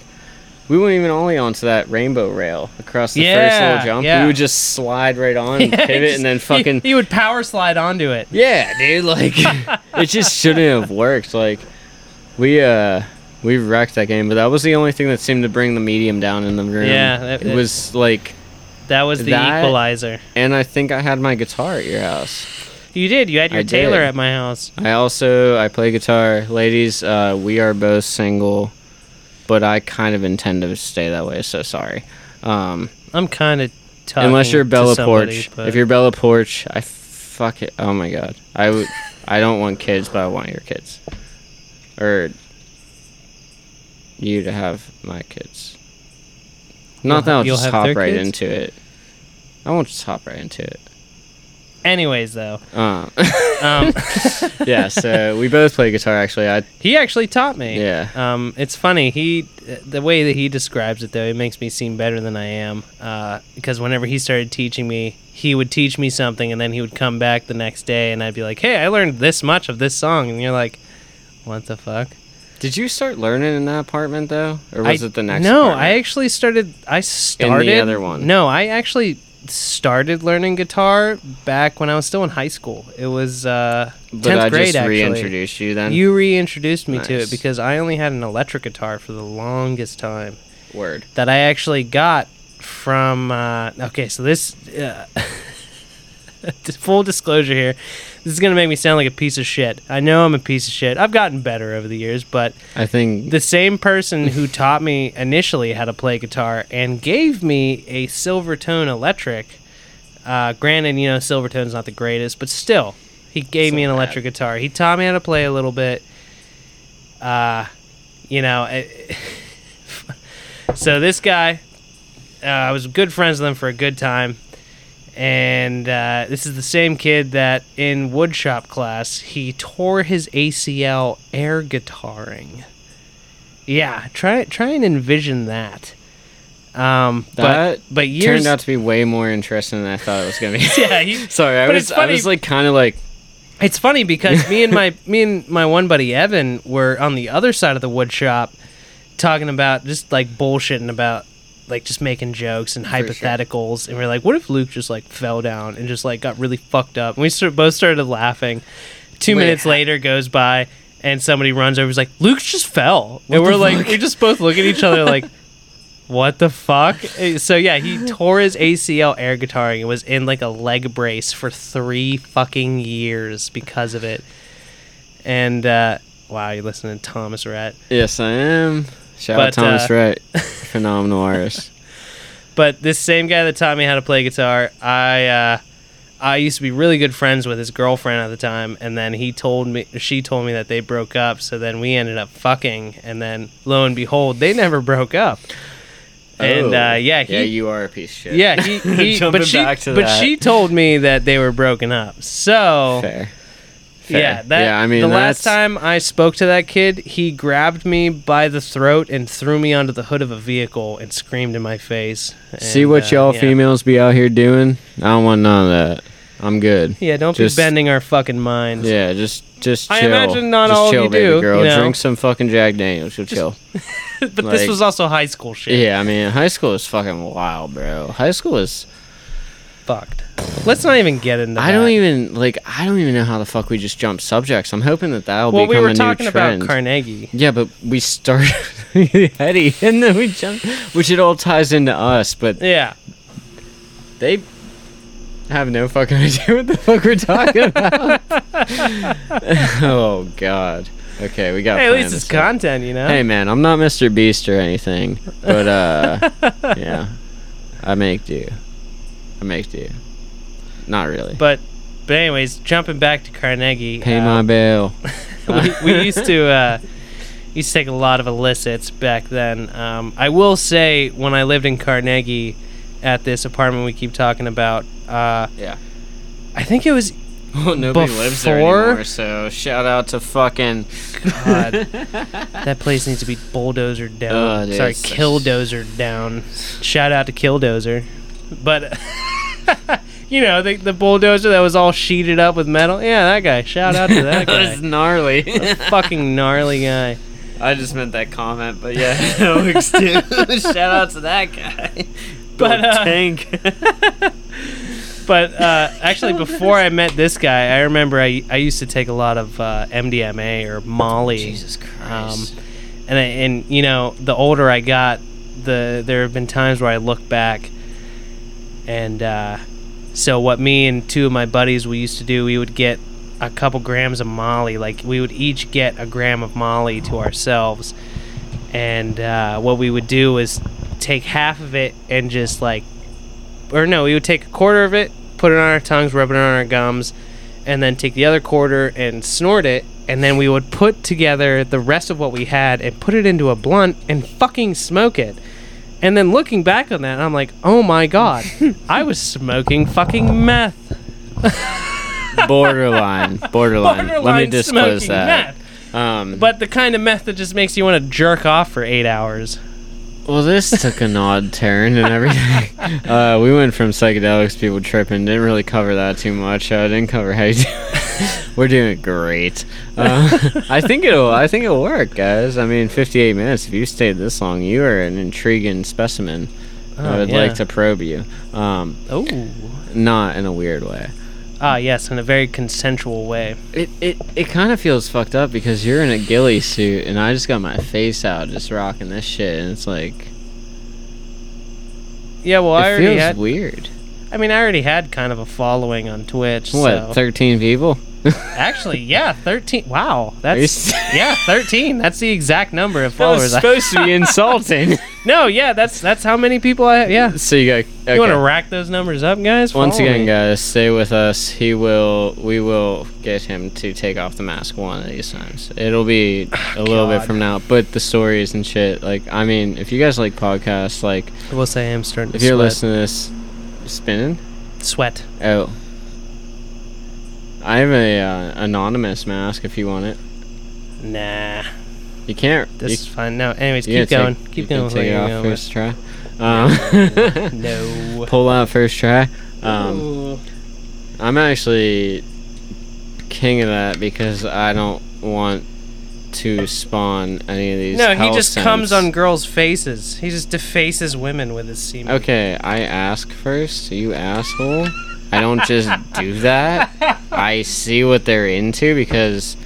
Speaker 1: We wouldn't even ollie onto that rainbow rail across the first
Speaker 2: Yeah,
Speaker 1: little jump.
Speaker 2: yeah.
Speaker 1: We would just slide right
Speaker 2: [laughs]
Speaker 1: on, and
Speaker 2: Yeah,
Speaker 1: pivot,
Speaker 2: just-
Speaker 1: and then
Speaker 2: he-
Speaker 1: fucking
Speaker 2: He, would power slide onto it.
Speaker 1: yeah, dude. Like [laughs] it just shouldn't have worked. Like we uh we wrecked that game, but that was the only thing that seemed to bring the medium down in the room.
Speaker 2: Yeah, that-
Speaker 1: it, was like,
Speaker 2: That was the
Speaker 1: That-
Speaker 2: equalizer.
Speaker 1: and I think I had my guitar at your house.
Speaker 2: You did. You had your
Speaker 1: I
Speaker 2: Taylor
Speaker 1: did.
Speaker 2: at my house.
Speaker 1: I also I play guitar, ladies. Uh, we are both single, but I kind of intend to stay that way. So sorry. Um,
Speaker 2: I'm kind of tough.
Speaker 1: unless you're Bella Porch.
Speaker 2: But...
Speaker 1: If you're Bella Porch, I fuck it. Oh my god, I would. [laughs] I don't want kids, but I want your kids, or you to have my kids. Not
Speaker 2: You'll
Speaker 1: that
Speaker 2: ha-
Speaker 1: I'll
Speaker 2: you'll
Speaker 1: just
Speaker 2: have
Speaker 1: hop
Speaker 2: their
Speaker 1: right
Speaker 2: kids?
Speaker 1: into it. I won't just hop right into it.
Speaker 2: anyways though,
Speaker 1: [laughs] Uh,
Speaker 2: um, [laughs]
Speaker 1: yeah. [laughs] So we both play guitar. Actually, I
Speaker 2: he actually taught me.
Speaker 1: Yeah.
Speaker 2: Um, it's funny. He the way that he describes it though, it makes me seem better than I am. Uh, because whenever he started teaching me, he would teach me something, and then he would come back the next day, and I'd be like, "Hey, I learned this much of this song," and you're like, "What the fuck?"
Speaker 1: did. You start learning in that apartment though, or was
Speaker 2: I-
Speaker 1: it the next?
Speaker 2: No, I
Speaker 1: apartment?
Speaker 2: actually started. I started
Speaker 1: other one.
Speaker 2: No, I actually started learning guitar back when I was still in high school. It was uh,
Speaker 1: But
Speaker 2: tenth
Speaker 1: I
Speaker 2: grade.
Speaker 1: just
Speaker 2: actually,
Speaker 1: reintroduced you then.
Speaker 2: you reintroduced me to it
Speaker 1: Nice.
Speaker 2: because I only had an electric guitar for the longest time
Speaker 1: word.
Speaker 2: that I actually got from. Uh, okay, so this. Uh, [laughs] full disclosure here. This is going to make me sound like a piece of shit. I know I'm a piece of shit. I've gotten better over the years, but
Speaker 1: I think [laughs]
Speaker 2: the same person who taught me initially how to play guitar and gave me a Silvertone electric. Uh, granted, you know Silvertone's not the greatest, but still, he gave
Speaker 1: So
Speaker 2: me an
Speaker 1: bad.
Speaker 2: electric guitar. He taught me how to play a little bit. Uh, you know, [laughs] it, so this guy, uh, I was good friends with him for a good time. and uh, this is the same kid that in woodshop class he tore his ACL air guitaring. Yeah, try try and envision that. Um,
Speaker 1: That
Speaker 2: but but years
Speaker 1: Turned out to be way more interesting than I thought it was gonna be. [laughs]
Speaker 2: [laughs] yeah, you-
Speaker 1: Sorry, I
Speaker 2: But
Speaker 1: was
Speaker 2: it's
Speaker 1: I
Speaker 2: funny-
Speaker 1: was like kind of like
Speaker 2: It's funny because me and my me and my one buddy Evan were on the other side of the wood shop talking about just like bullshitting about like just making jokes and
Speaker 1: sure.
Speaker 2: hypotheticals and we are like what if Luke just like fell down and just like got really fucked up and we sort both started laughing 2
Speaker 1: Wait,
Speaker 2: minutes
Speaker 1: ha-
Speaker 2: later goes by and somebody runs over is like Luke just fell and we're
Speaker 1: the
Speaker 2: like
Speaker 1: fuck?
Speaker 2: we just both look at each
Speaker 1: [laughs]
Speaker 2: other like what the fuck? Eh, So yeah, he tore his ACL air guitaring and was in like a leg brace for three fucking years because of it. And uh, wow, you listening to Thomas Rhett.
Speaker 1: yes I am. Shout out
Speaker 2: But,
Speaker 1: Thomas
Speaker 2: uh, [laughs]
Speaker 1: Wright, phenomenal artist.
Speaker 2: But this same guy that taught me how to play guitar, I uh, I used to be really good friends with his girlfriend at the time, and then he told me she told me that they broke up. So then we ended up fucking, and then lo and behold, they never broke up. And
Speaker 1: Oh.
Speaker 2: uh, yeah, he
Speaker 1: yeah, you are a piece of shit.
Speaker 2: Yeah, he, he
Speaker 1: Jumping
Speaker 2: but she
Speaker 1: back to
Speaker 2: but
Speaker 1: that.
Speaker 2: she told me that they were broken up. So
Speaker 1: [laughs] fair.
Speaker 2: yeah,
Speaker 1: fair.
Speaker 2: that
Speaker 1: Yeah, I mean,
Speaker 2: the last
Speaker 1: that's-
Speaker 2: time I spoke to that kid, he grabbed me by the throat and threw me onto the hood of a vehicle and screamed in my face.
Speaker 1: See
Speaker 2: And,
Speaker 1: what
Speaker 2: uh,
Speaker 1: y'all
Speaker 2: yeah.
Speaker 1: females be out here doing? I don't want none of that. I'm good.
Speaker 2: Yeah, don't
Speaker 1: Just-
Speaker 2: be bending our fucking minds.
Speaker 1: Yeah, just just chill.
Speaker 2: I imagine not
Speaker 1: just
Speaker 2: all of
Speaker 1: chill,
Speaker 2: you
Speaker 1: baby
Speaker 2: do,
Speaker 1: Girl,
Speaker 2: you know?
Speaker 1: drink some fucking Jack Daniels. You'll chill.
Speaker 2: [laughs] but
Speaker 1: like-
Speaker 2: this was also high school shit.
Speaker 1: Yeah, I mean, high school is fucking wild, bro. High school is.
Speaker 2: Fucked. Let's not even get into.
Speaker 1: I don't
Speaker 2: that.
Speaker 1: even like. I don't even know how the fuck we just jumped subjects. I'm hoping that that'll
Speaker 2: Well,
Speaker 1: become
Speaker 2: we were
Speaker 1: a
Speaker 2: talking
Speaker 1: new trend.
Speaker 2: about Carnegie.
Speaker 1: yeah, but we started [laughs] Eddie, and then we jumped, which it all ties into us. But
Speaker 2: Yeah.
Speaker 1: they have no fucking [laughs] idea what the fuck we're talking about. [laughs] oh God. Okay, we got.
Speaker 2: Hey, at
Speaker 1: plans.
Speaker 2: least it's content, you know.
Speaker 1: Hey man, I'm not Mr. Beast or anything, but uh, [laughs] yeah, I make do. I make do. Not really.
Speaker 2: But but anyways, jumping back to Carnegie.
Speaker 1: Pay
Speaker 2: uh,
Speaker 1: my bill.
Speaker 2: [laughs] we, we used to uh, used to take a lot of illicits back then. Um, I will say, when I lived in Carnegie, at this apartment we keep talking about, uh,
Speaker 1: [laughs] Yeah.
Speaker 2: I think it was
Speaker 1: Well, nobody lives there
Speaker 2: Before-
Speaker 1: anymore, so shout out to fucking. [laughs]
Speaker 2: God. that place needs to be bulldozered down.
Speaker 1: Oh, dude,
Speaker 2: Sorry,
Speaker 1: it's-
Speaker 2: killdozered down. Shout out to Killdozer, but. [laughs] You know, the, the bulldozer that was all sheeted up with metal. Yeah, that guy. Shout out to
Speaker 1: [laughs]
Speaker 2: that
Speaker 1: That was
Speaker 2: guy.
Speaker 1: gnarly. [laughs]
Speaker 2: Fucking gnarly guy.
Speaker 1: I just meant that comment, but yeah, [laughs]
Speaker 2: [laughs]
Speaker 1: Alex too. shout out to that guy.
Speaker 2: But, uh,
Speaker 1: tank.
Speaker 2: But uh, actually, before I met this guy, I remember I, I used to take a lot of uh, MDMA or Molly.
Speaker 1: Jesus Christ.
Speaker 2: Um, and I, and you know, the older I got, the there have been times where I look back, and uh, so what me and two of my buddies we used to do, we would get a couple grams of Molly. Like we would each get a gram of Molly to ourselves, and uh, what we would do is take half of it and just like or no, we would take a quarter of it, put it on our tongues, rub it on our gums, and then take the other quarter and snort it. And then we would put together the rest of what we had and put it into a blunt and fucking smoke it. And then looking back on that, I'm like, oh
Speaker 1: [laughs]
Speaker 2: my god, I was smoking fucking meth.
Speaker 1: Um,
Speaker 2: [laughs]
Speaker 1: borderline, borderline. Let me
Speaker 2: Borderline
Speaker 1: disclose
Speaker 2: smoking
Speaker 1: that.
Speaker 2: meth.
Speaker 1: Um,
Speaker 2: But the kind of meth that just makes you want to jerk off for eight hours.
Speaker 1: Well, this took an odd turn and everything.
Speaker 2: [laughs]
Speaker 1: uh, we went from psychedelics, people tripping, didn't really cover that too much. Uh, didn't cover how you do. [laughs] We're doing great. Uh, I think it'll. I think it'll work, guys. I mean, 58 minutes. If you stayed this long, you are an intriguing specimen. I
Speaker 2: Oh,
Speaker 1: would
Speaker 2: yeah.
Speaker 1: like to probe you, um,
Speaker 2: Oh.
Speaker 1: not in a weird way.
Speaker 2: Ah, yes, in a very consensual way.
Speaker 1: It it, it kind of feels fucked up because you're in a ghillie suit and I just got my face out, just rocking this shit, and it's like
Speaker 2: Yeah, well, I
Speaker 1: it
Speaker 2: already
Speaker 1: feels
Speaker 2: had.
Speaker 1: weird.
Speaker 2: I mean, I already had kind of a following on Twitch.
Speaker 1: What?
Speaker 2: so-
Speaker 1: 13 people.
Speaker 2: Actually, yeah, thirteen. Wow, that's [laughs]
Speaker 1: Are you s-
Speaker 2: yeah, thirteen. That's the exact number
Speaker 1: [laughs]
Speaker 2: of
Speaker 1: That was
Speaker 2: followers. I-
Speaker 1: supposed to be [laughs] insulting.
Speaker 2: no, yeah, that's that's how many people I have. Yeah,
Speaker 1: so you got okay.
Speaker 2: you want to rack those numbers up, guys?
Speaker 1: once
Speaker 2: Follow
Speaker 1: again,
Speaker 2: me.
Speaker 1: guys, stay with us. He will. We will get him to take off the mask one of these times. It'll
Speaker 2: [sighs]
Speaker 1: be a little bit
Speaker 2: God.
Speaker 1: from now. But the stories and shit. Like, I mean, if you guys like podcasts, like
Speaker 2: I will say I'm starting.
Speaker 1: if
Speaker 2: to
Speaker 1: you're
Speaker 2: sweat.
Speaker 1: listening to this, spinning.
Speaker 2: sweat.
Speaker 1: Oh. I have a uh, anonymous mask if you want it.
Speaker 2: Nah,
Speaker 1: You can't.
Speaker 2: this
Speaker 1: you,
Speaker 2: is fine. No, anyways,
Speaker 1: you
Speaker 2: keep
Speaker 1: gotta
Speaker 2: going.
Speaker 1: take-
Speaker 2: keep
Speaker 1: you
Speaker 2: going
Speaker 1: can
Speaker 2: with what
Speaker 1: Take it
Speaker 2: you're
Speaker 1: off
Speaker 2: going with.
Speaker 1: first try. Um, [laughs]
Speaker 2: [laughs] No.
Speaker 1: pull out first try. Um,
Speaker 2: Ooh.
Speaker 1: I'm actually king of that because I don't want to spawn any of these.
Speaker 2: no, he
Speaker 1: hell
Speaker 2: just
Speaker 1: scents.
Speaker 2: comes on girls' faces. He just defaces women with his semen.
Speaker 1: Okay, I ask first, you asshole. I don't just do that. I see what they're into because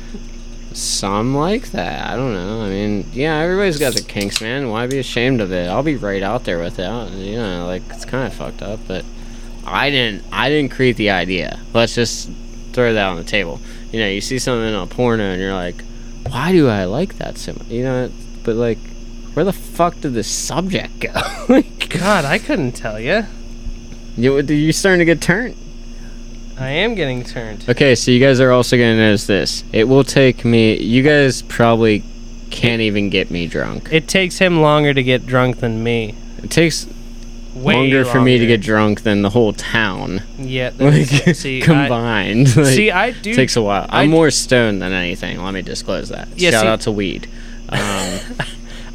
Speaker 1: some like that. I don't know. I mean, yeah, everybody's got their kinks, man. Why be ashamed of it? I'll be right out there with it. I don't- You know, like it's kind of fucked up, but I didn't. I didn't create the idea. Let's just throw that on the table. You know, you see something in a porno and you're like, why do I like that so much? You know, but like, where the fuck did the subject go? [laughs] like,
Speaker 2: God, I couldn't tell you.
Speaker 1: you, you're starting to get turned.
Speaker 2: I am getting turned.
Speaker 1: Okay, so you guys are also going to notice this. It will take me. You guys probably can't even get me drunk.
Speaker 2: It takes him longer to get drunk than me.
Speaker 1: It takes
Speaker 2: Way
Speaker 1: longer, for me to get drunk than the whole town
Speaker 2: Yeah.
Speaker 1: like [laughs]
Speaker 2: that's- [laughs] see, I,
Speaker 1: combined. like,
Speaker 2: [laughs] see, I do.
Speaker 1: takes a while.
Speaker 2: I
Speaker 1: I'm
Speaker 2: d-
Speaker 1: more stoned than anything. Let me disclose that.
Speaker 2: Yeah,
Speaker 1: Shout
Speaker 2: see-
Speaker 1: out to
Speaker 2: [laughs]
Speaker 1: weed. Um,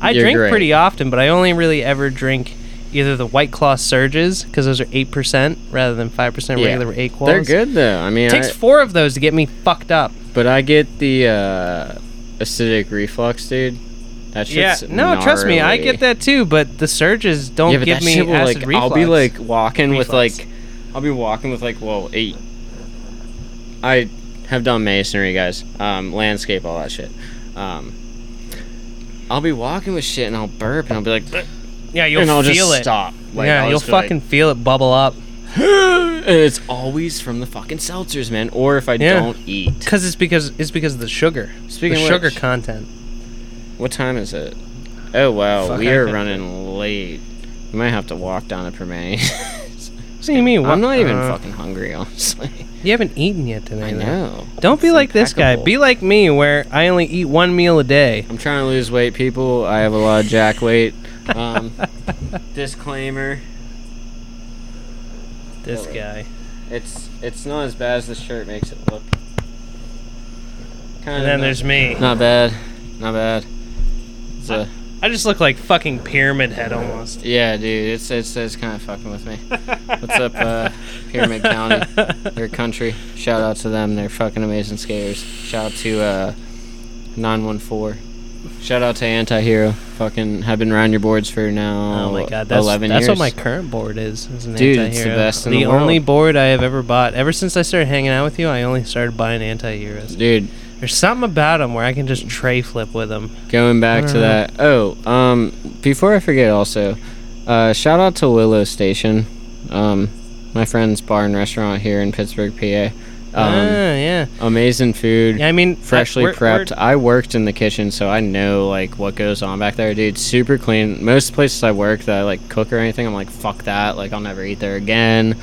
Speaker 2: I
Speaker 1: you're
Speaker 2: drink
Speaker 1: great.
Speaker 2: pretty often, but I only really ever drink either the White Claw Surges because those are eight percent rather than five percent
Speaker 1: yeah.
Speaker 2: regular eight claws.
Speaker 1: They're good though. I mean,
Speaker 2: It takes
Speaker 1: I-
Speaker 2: four of those to get me fucked up.
Speaker 1: but I get the uh, acidic reflux, dude. That shit's
Speaker 2: No, trust me, I
Speaker 1: gnarly.
Speaker 2: get that too. But the surges don't
Speaker 1: yeah, but
Speaker 2: give
Speaker 1: that
Speaker 2: me
Speaker 1: shit will,
Speaker 2: acid
Speaker 1: like,
Speaker 2: reflux.
Speaker 1: I'll be like walking
Speaker 2: Reflux.
Speaker 1: with like, I'll be walking with like, whoa, eight. I have done masonry, guys, um, landscape, all that shit. Um, I'll be walking with shit and I'll burp and I'll be like,
Speaker 2: yeah, you'll
Speaker 1: and I'll
Speaker 2: feel
Speaker 1: just
Speaker 2: it.
Speaker 1: stop. Like,
Speaker 2: yeah,
Speaker 1: I'll
Speaker 2: you'll
Speaker 1: just be like,
Speaker 2: fucking feel it bubble up
Speaker 1: [gasps] and it's always from the fucking seltzers, man. Or if I
Speaker 2: Yeah.
Speaker 1: don't eat.
Speaker 2: because it's because it's because of the sugar.
Speaker 1: Speaking
Speaker 2: the
Speaker 1: of
Speaker 2: sugar
Speaker 1: which-
Speaker 2: content.
Speaker 1: What time is it? Oh wow,
Speaker 2: Fuck,
Speaker 1: we
Speaker 2: I
Speaker 1: are
Speaker 2: can't-
Speaker 1: running late. We might have to walk down to Permain. [laughs]
Speaker 2: What do you mean? What-
Speaker 1: I'm not even
Speaker 2: uh,
Speaker 1: fucking hungry, [laughs] honestly.
Speaker 2: You haven't eaten yet today.
Speaker 1: I
Speaker 2: though.
Speaker 1: know.
Speaker 2: Don't be
Speaker 1: It's
Speaker 2: like this guy.
Speaker 1: impeccable.
Speaker 2: Be like me, where I only eat one meal a day.
Speaker 1: I'm trying to lose weight, people. I have a lot of jack weight.
Speaker 2: [laughs]
Speaker 1: Um, disclaimer:
Speaker 2: This guy.
Speaker 1: It's it's not as bad as the shirt makes it look. Kind
Speaker 2: And then there's me.
Speaker 1: not bad, not bad. It's a,
Speaker 2: I just look like fucking pyramid head almost.
Speaker 1: yeah, dude. It's it's it's kind of fucking with me. What's up, uh, Pyramid County, their country? Shout out to them. They're fucking amazing skaters. Shout out to uh, 914. Shout out to Antihero. Fucking have been around your boards for now.
Speaker 2: Oh my god, that's
Speaker 1: 11
Speaker 2: that's
Speaker 1: years.
Speaker 2: what my current board is. is an
Speaker 1: Dude, it's the
Speaker 2: anti-hero.
Speaker 1: best in the world.
Speaker 2: only board I have ever bought. Ever since I started hanging out with you, I only started buying anti-heroes.
Speaker 1: dude.
Speaker 2: There's something about them where I can just tray flip with them.
Speaker 1: Going back to
Speaker 2: Alright.
Speaker 1: that. Oh, um, before I forget, also, uh, shout out to Willow Station, um, my friend's bar and restaurant here in Pittsburgh, PA. Um,
Speaker 2: ah, yeah.
Speaker 1: amazing food,
Speaker 2: Yeah, I mean, I-
Speaker 1: freshly
Speaker 2: Uh, we're- we're-
Speaker 1: prepped. I worked in the kitchen, so I know like what goes on back there, dude. Super clean. Most places I work that I like cook or anything, I'm like, fuck that. Like I'll never eat there again.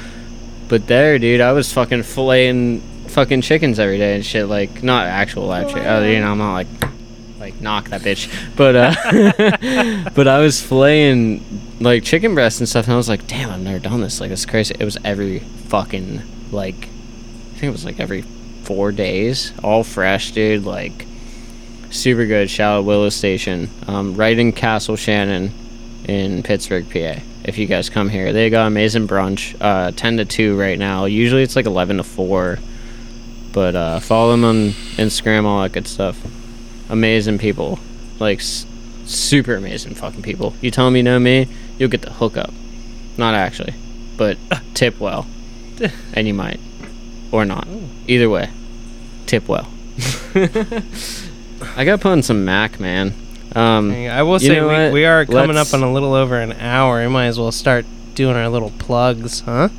Speaker 1: But there, dude, I was fucking filleting fucking chickens every day and shit. Like not actual live chicken. Oh, you know, I'm not like like knock that bitch. But uh [laughs] but I was filleting like chicken breasts and stuff and I was like, damn, I've never done this. Like it's crazy. It was every fucking like I think it was like every four days. All fresh, dude, like super good. Shout out Willow Station. Um, right in Castle Shannon in Pittsburgh, PA. If you guys come here, they got amazing brunch. Uh, 10 to 2 right now. Usually it's like 11 to 4. But uh, follow them on Instagram, all that good stuff. Amazing people. Like, s- super amazing fucking people. You tell them you know me, you'll get the hookup. Not actually, but tip well. And you might. Or not. Either way, tip well. I got put on some Mac, man. Um,
Speaker 2: I will
Speaker 1: you
Speaker 2: say
Speaker 1: know
Speaker 2: we,
Speaker 1: what?
Speaker 2: we are coming
Speaker 1: Let's-
Speaker 2: up on a little over an hour. We might as well start doing our little plugs, huh?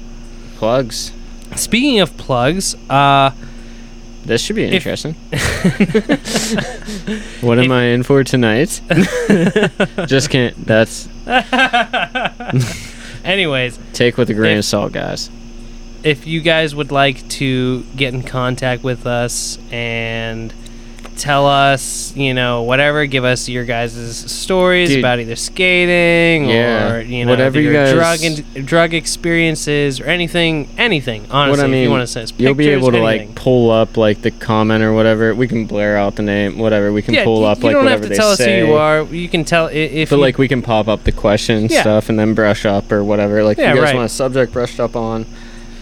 Speaker 1: plugs.
Speaker 2: Speaking of plugs, uh,
Speaker 1: This should be
Speaker 2: If- [laughs]
Speaker 1: interesting. what am I in for
Speaker 2: [laughs]
Speaker 1: tonight? Just can't. That's
Speaker 2: [laughs] anyways,
Speaker 1: take with a grain
Speaker 2: If-
Speaker 1: of salt, guys.
Speaker 2: if you guys would like to get in contact with us and tell us, you know, whatever. Give us your guys' stories
Speaker 1: Dude.
Speaker 2: about either skating
Speaker 1: Yeah.
Speaker 2: or you know
Speaker 1: Whatever you
Speaker 2: your
Speaker 1: guys-
Speaker 2: drug and drug experiences or anything, anything.
Speaker 1: what
Speaker 2: Honestly,
Speaker 1: I mean,
Speaker 2: if you want to send us pictures,
Speaker 1: will be able to
Speaker 2: anything.
Speaker 1: like pull up like the comment or whatever. We can blare out the name, whatever. We can
Speaker 2: yeah,
Speaker 1: pull
Speaker 2: you,
Speaker 1: up
Speaker 2: you
Speaker 1: like
Speaker 2: don't
Speaker 1: whatever
Speaker 2: have to
Speaker 1: they
Speaker 2: tell us who
Speaker 1: say.
Speaker 2: you are. You can tell i- if
Speaker 1: But
Speaker 2: you,
Speaker 1: like we can pop up the question
Speaker 2: Yeah.
Speaker 1: stuff and then brush up or whatever. Like if
Speaker 2: Yeah,
Speaker 1: you guys
Speaker 2: right.
Speaker 1: want a subject brushed up on,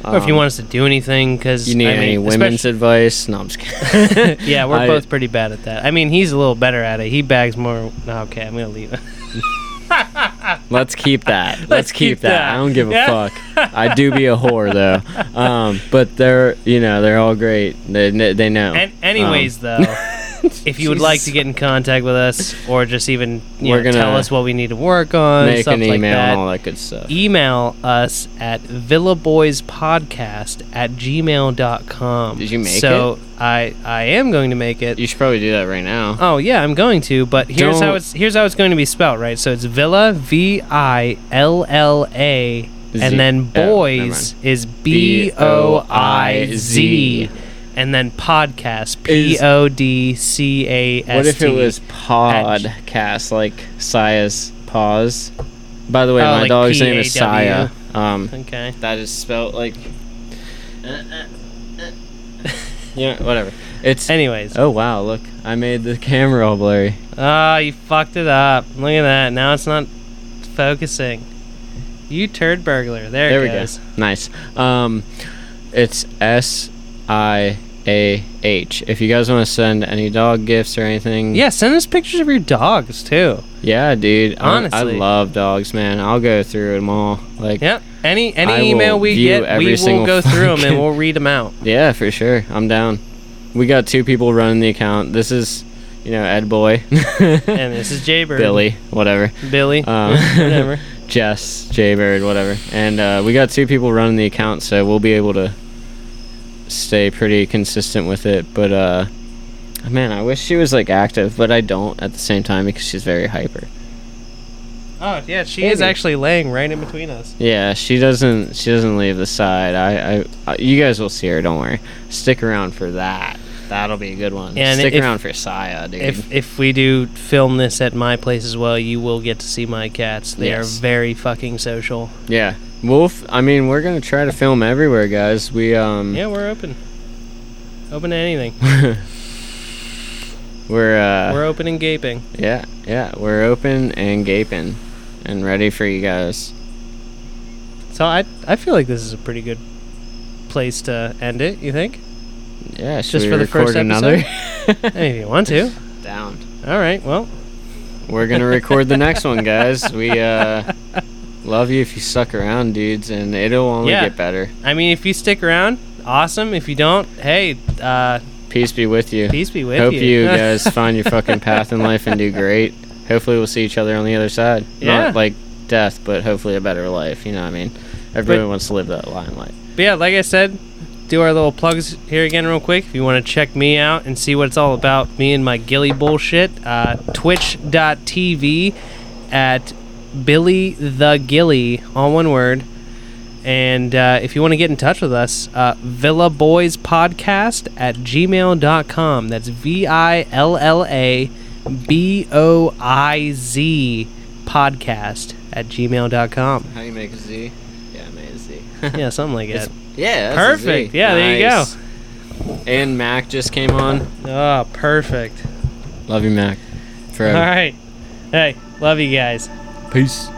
Speaker 2: or if you
Speaker 1: um,
Speaker 2: want us to do anything because
Speaker 1: you need
Speaker 2: I mean,
Speaker 1: any women's
Speaker 2: especially-
Speaker 1: advice. No, I'm just
Speaker 2: [laughs]
Speaker 1: kidding.
Speaker 2: yeah, we're
Speaker 1: I-
Speaker 2: both pretty bad at that. I mean, he's a little better at it. He bags more. no, Okay, I'm gonna leave.
Speaker 1: Let's keep
Speaker 2: [laughs]
Speaker 1: that. Let's, keep,
Speaker 2: keep
Speaker 1: that.
Speaker 2: that.
Speaker 1: I don't give a
Speaker 2: Yeah. [laughs]
Speaker 1: fuck. I do be a whore though. Um, but they're you know they're all great. They kn- they know.
Speaker 2: And anyways,
Speaker 1: Um. [laughs]
Speaker 2: though, if you would like to
Speaker 1: Jesus.
Speaker 2: get in contact with us, or just even you
Speaker 1: We're
Speaker 2: know, tell
Speaker 1: gonna
Speaker 2: us what we need to work on,
Speaker 1: Um, make
Speaker 2: stuff
Speaker 1: an
Speaker 2: like
Speaker 1: email
Speaker 2: that, E
Speaker 1: and all that good stuff.
Speaker 2: email us at villaboyspodcast at gmail.com.
Speaker 1: Did you make
Speaker 2: so So I, I am going to make it.
Speaker 1: You should probably do that right now.
Speaker 2: Oh yeah, I'm going to. But here's how
Speaker 1: Don't-
Speaker 2: it's here's how it's going to be spelled, right? So it's Villa V I L L A,
Speaker 1: Z-
Speaker 2: and then
Speaker 1: oh, never
Speaker 2: boys is B O I Z, and then podcast P O D C A S T.
Speaker 1: What if it was podcast like Saya's pause? By the way,
Speaker 2: Oh,
Speaker 1: my
Speaker 2: like
Speaker 1: dog's name is Saya.
Speaker 2: P-A-W.
Speaker 1: Um,
Speaker 2: Okay.
Speaker 1: that is spelt
Speaker 2: [laughs]
Speaker 1: like. yeah, whatever. It's.
Speaker 2: Anyways,
Speaker 1: Oh wow! Look, I made the camera all blurry.
Speaker 2: ah, you fucked it up. Look at that. Now it's not focusing. You turd burglar. There,
Speaker 1: There
Speaker 2: it
Speaker 1: we
Speaker 2: goes.
Speaker 1: go. Nice. Um, it's S I A H. If you guys want to send any dog gifts or anything,
Speaker 2: Yeah, send us pictures of your dogs too.
Speaker 1: yeah, dude. I- I,
Speaker 2: Honestly.
Speaker 1: love dogs, man. I'll go through them all. Like,
Speaker 2: Yep. Any any
Speaker 1: I will
Speaker 2: email we
Speaker 1: view
Speaker 2: get,
Speaker 1: every
Speaker 2: we will
Speaker 1: single
Speaker 2: go through them and
Speaker 1: fucking-
Speaker 2: we'll read
Speaker 1: [laughs]
Speaker 2: them out.
Speaker 1: yeah, for sure. I'm down. We got two people running the account. This is, you know, Ed
Speaker 2: [laughs]
Speaker 1: Boy,
Speaker 2: And this is Jaybird.
Speaker 1: Billy, whatever.
Speaker 2: Billy. [laughs]
Speaker 1: Um,
Speaker 2: whatever.
Speaker 1: Jess, Jaybird, whatever. And uh, we got two people running the account, so we'll be able to stay pretty consistent with it. But uh, man, I wish she was like active, but I don't at the same time because she's very hyper.
Speaker 2: Oh yeah, she is
Speaker 1: Andy.
Speaker 2: actually laying right in between us.
Speaker 1: Yeah, she doesn't. She doesn't leave the side. I, I, I you guys will see her. Don't worry. Stick around for that. That'll be a good one.
Speaker 2: And
Speaker 1: Stick
Speaker 2: if-
Speaker 1: around for Saya, dude.
Speaker 2: If if we do film this at my place as well, you will get to see my cats. They
Speaker 1: Yes.
Speaker 2: are very fucking social.
Speaker 1: yeah, Wolf. I mean, we're gonna try to film everywhere, guys. We um.
Speaker 2: Yeah, we're open. Open to anything.
Speaker 1: We're uh.
Speaker 2: We're open and gaping.
Speaker 1: Yeah, yeah, we're open and gaping and ready for you guys.
Speaker 2: So I I feel like this is a pretty good place to end it.
Speaker 1: [laughs]
Speaker 2: You think?
Speaker 1: Yeah, should
Speaker 2: Just
Speaker 1: we
Speaker 2: for the
Speaker 1: record
Speaker 2: first [laughs]
Speaker 1: another?
Speaker 2: I mean, if you want to.
Speaker 1: Down.
Speaker 2: All right. Well,
Speaker 1: We're gonna record the next one, guys. We
Speaker 2: [laughs]
Speaker 1: uh, love you if you suck around, dudes, and it'll only
Speaker 2: Yeah.
Speaker 1: get better.
Speaker 2: I mean, if you stick around, awesome. If you don't, hey, uh,
Speaker 1: Peace be with you.
Speaker 2: peace be with
Speaker 1: Hope
Speaker 2: you. [laughs]
Speaker 1: you guys find your fucking path in life and do great. Hopefully, we'll see each other on the other side.
Speaker 2: Yeah.
Speaker 1: Not like death, but hopefully a better life. You know what I mean? Everybody wants to live that lion life.
Speaker 2: But yeah, like I said, do our little plugs here again, real quick. If you want to check me out and see what it's all about, me and my gilly bullshit, uh, twitch.tv at Billy the Gilly, all one word. And uh, if you want to get in touch with us, uh, Villa Boys Podcast at gmail.com. That's V I L L A B O I Z podcast at gmail.com.
Speaker 1: How you make a Z? Yeah, I made a Z. [laughs]
Speaker 2: Yeah, something like that.
Speaker 1: Yeah. that's a Z.
Speaker 2: Perfect. Yeah, there you go.
Speaker 1: go. And Mac just came on.
Speaker 2: Oh, perfect.
Speaker 1: Love you, Mac.
Speaker 2: All
Speaker 1: Forever.
Speaker 2: right. Hey, love you guys.
Speaker 1: Peace.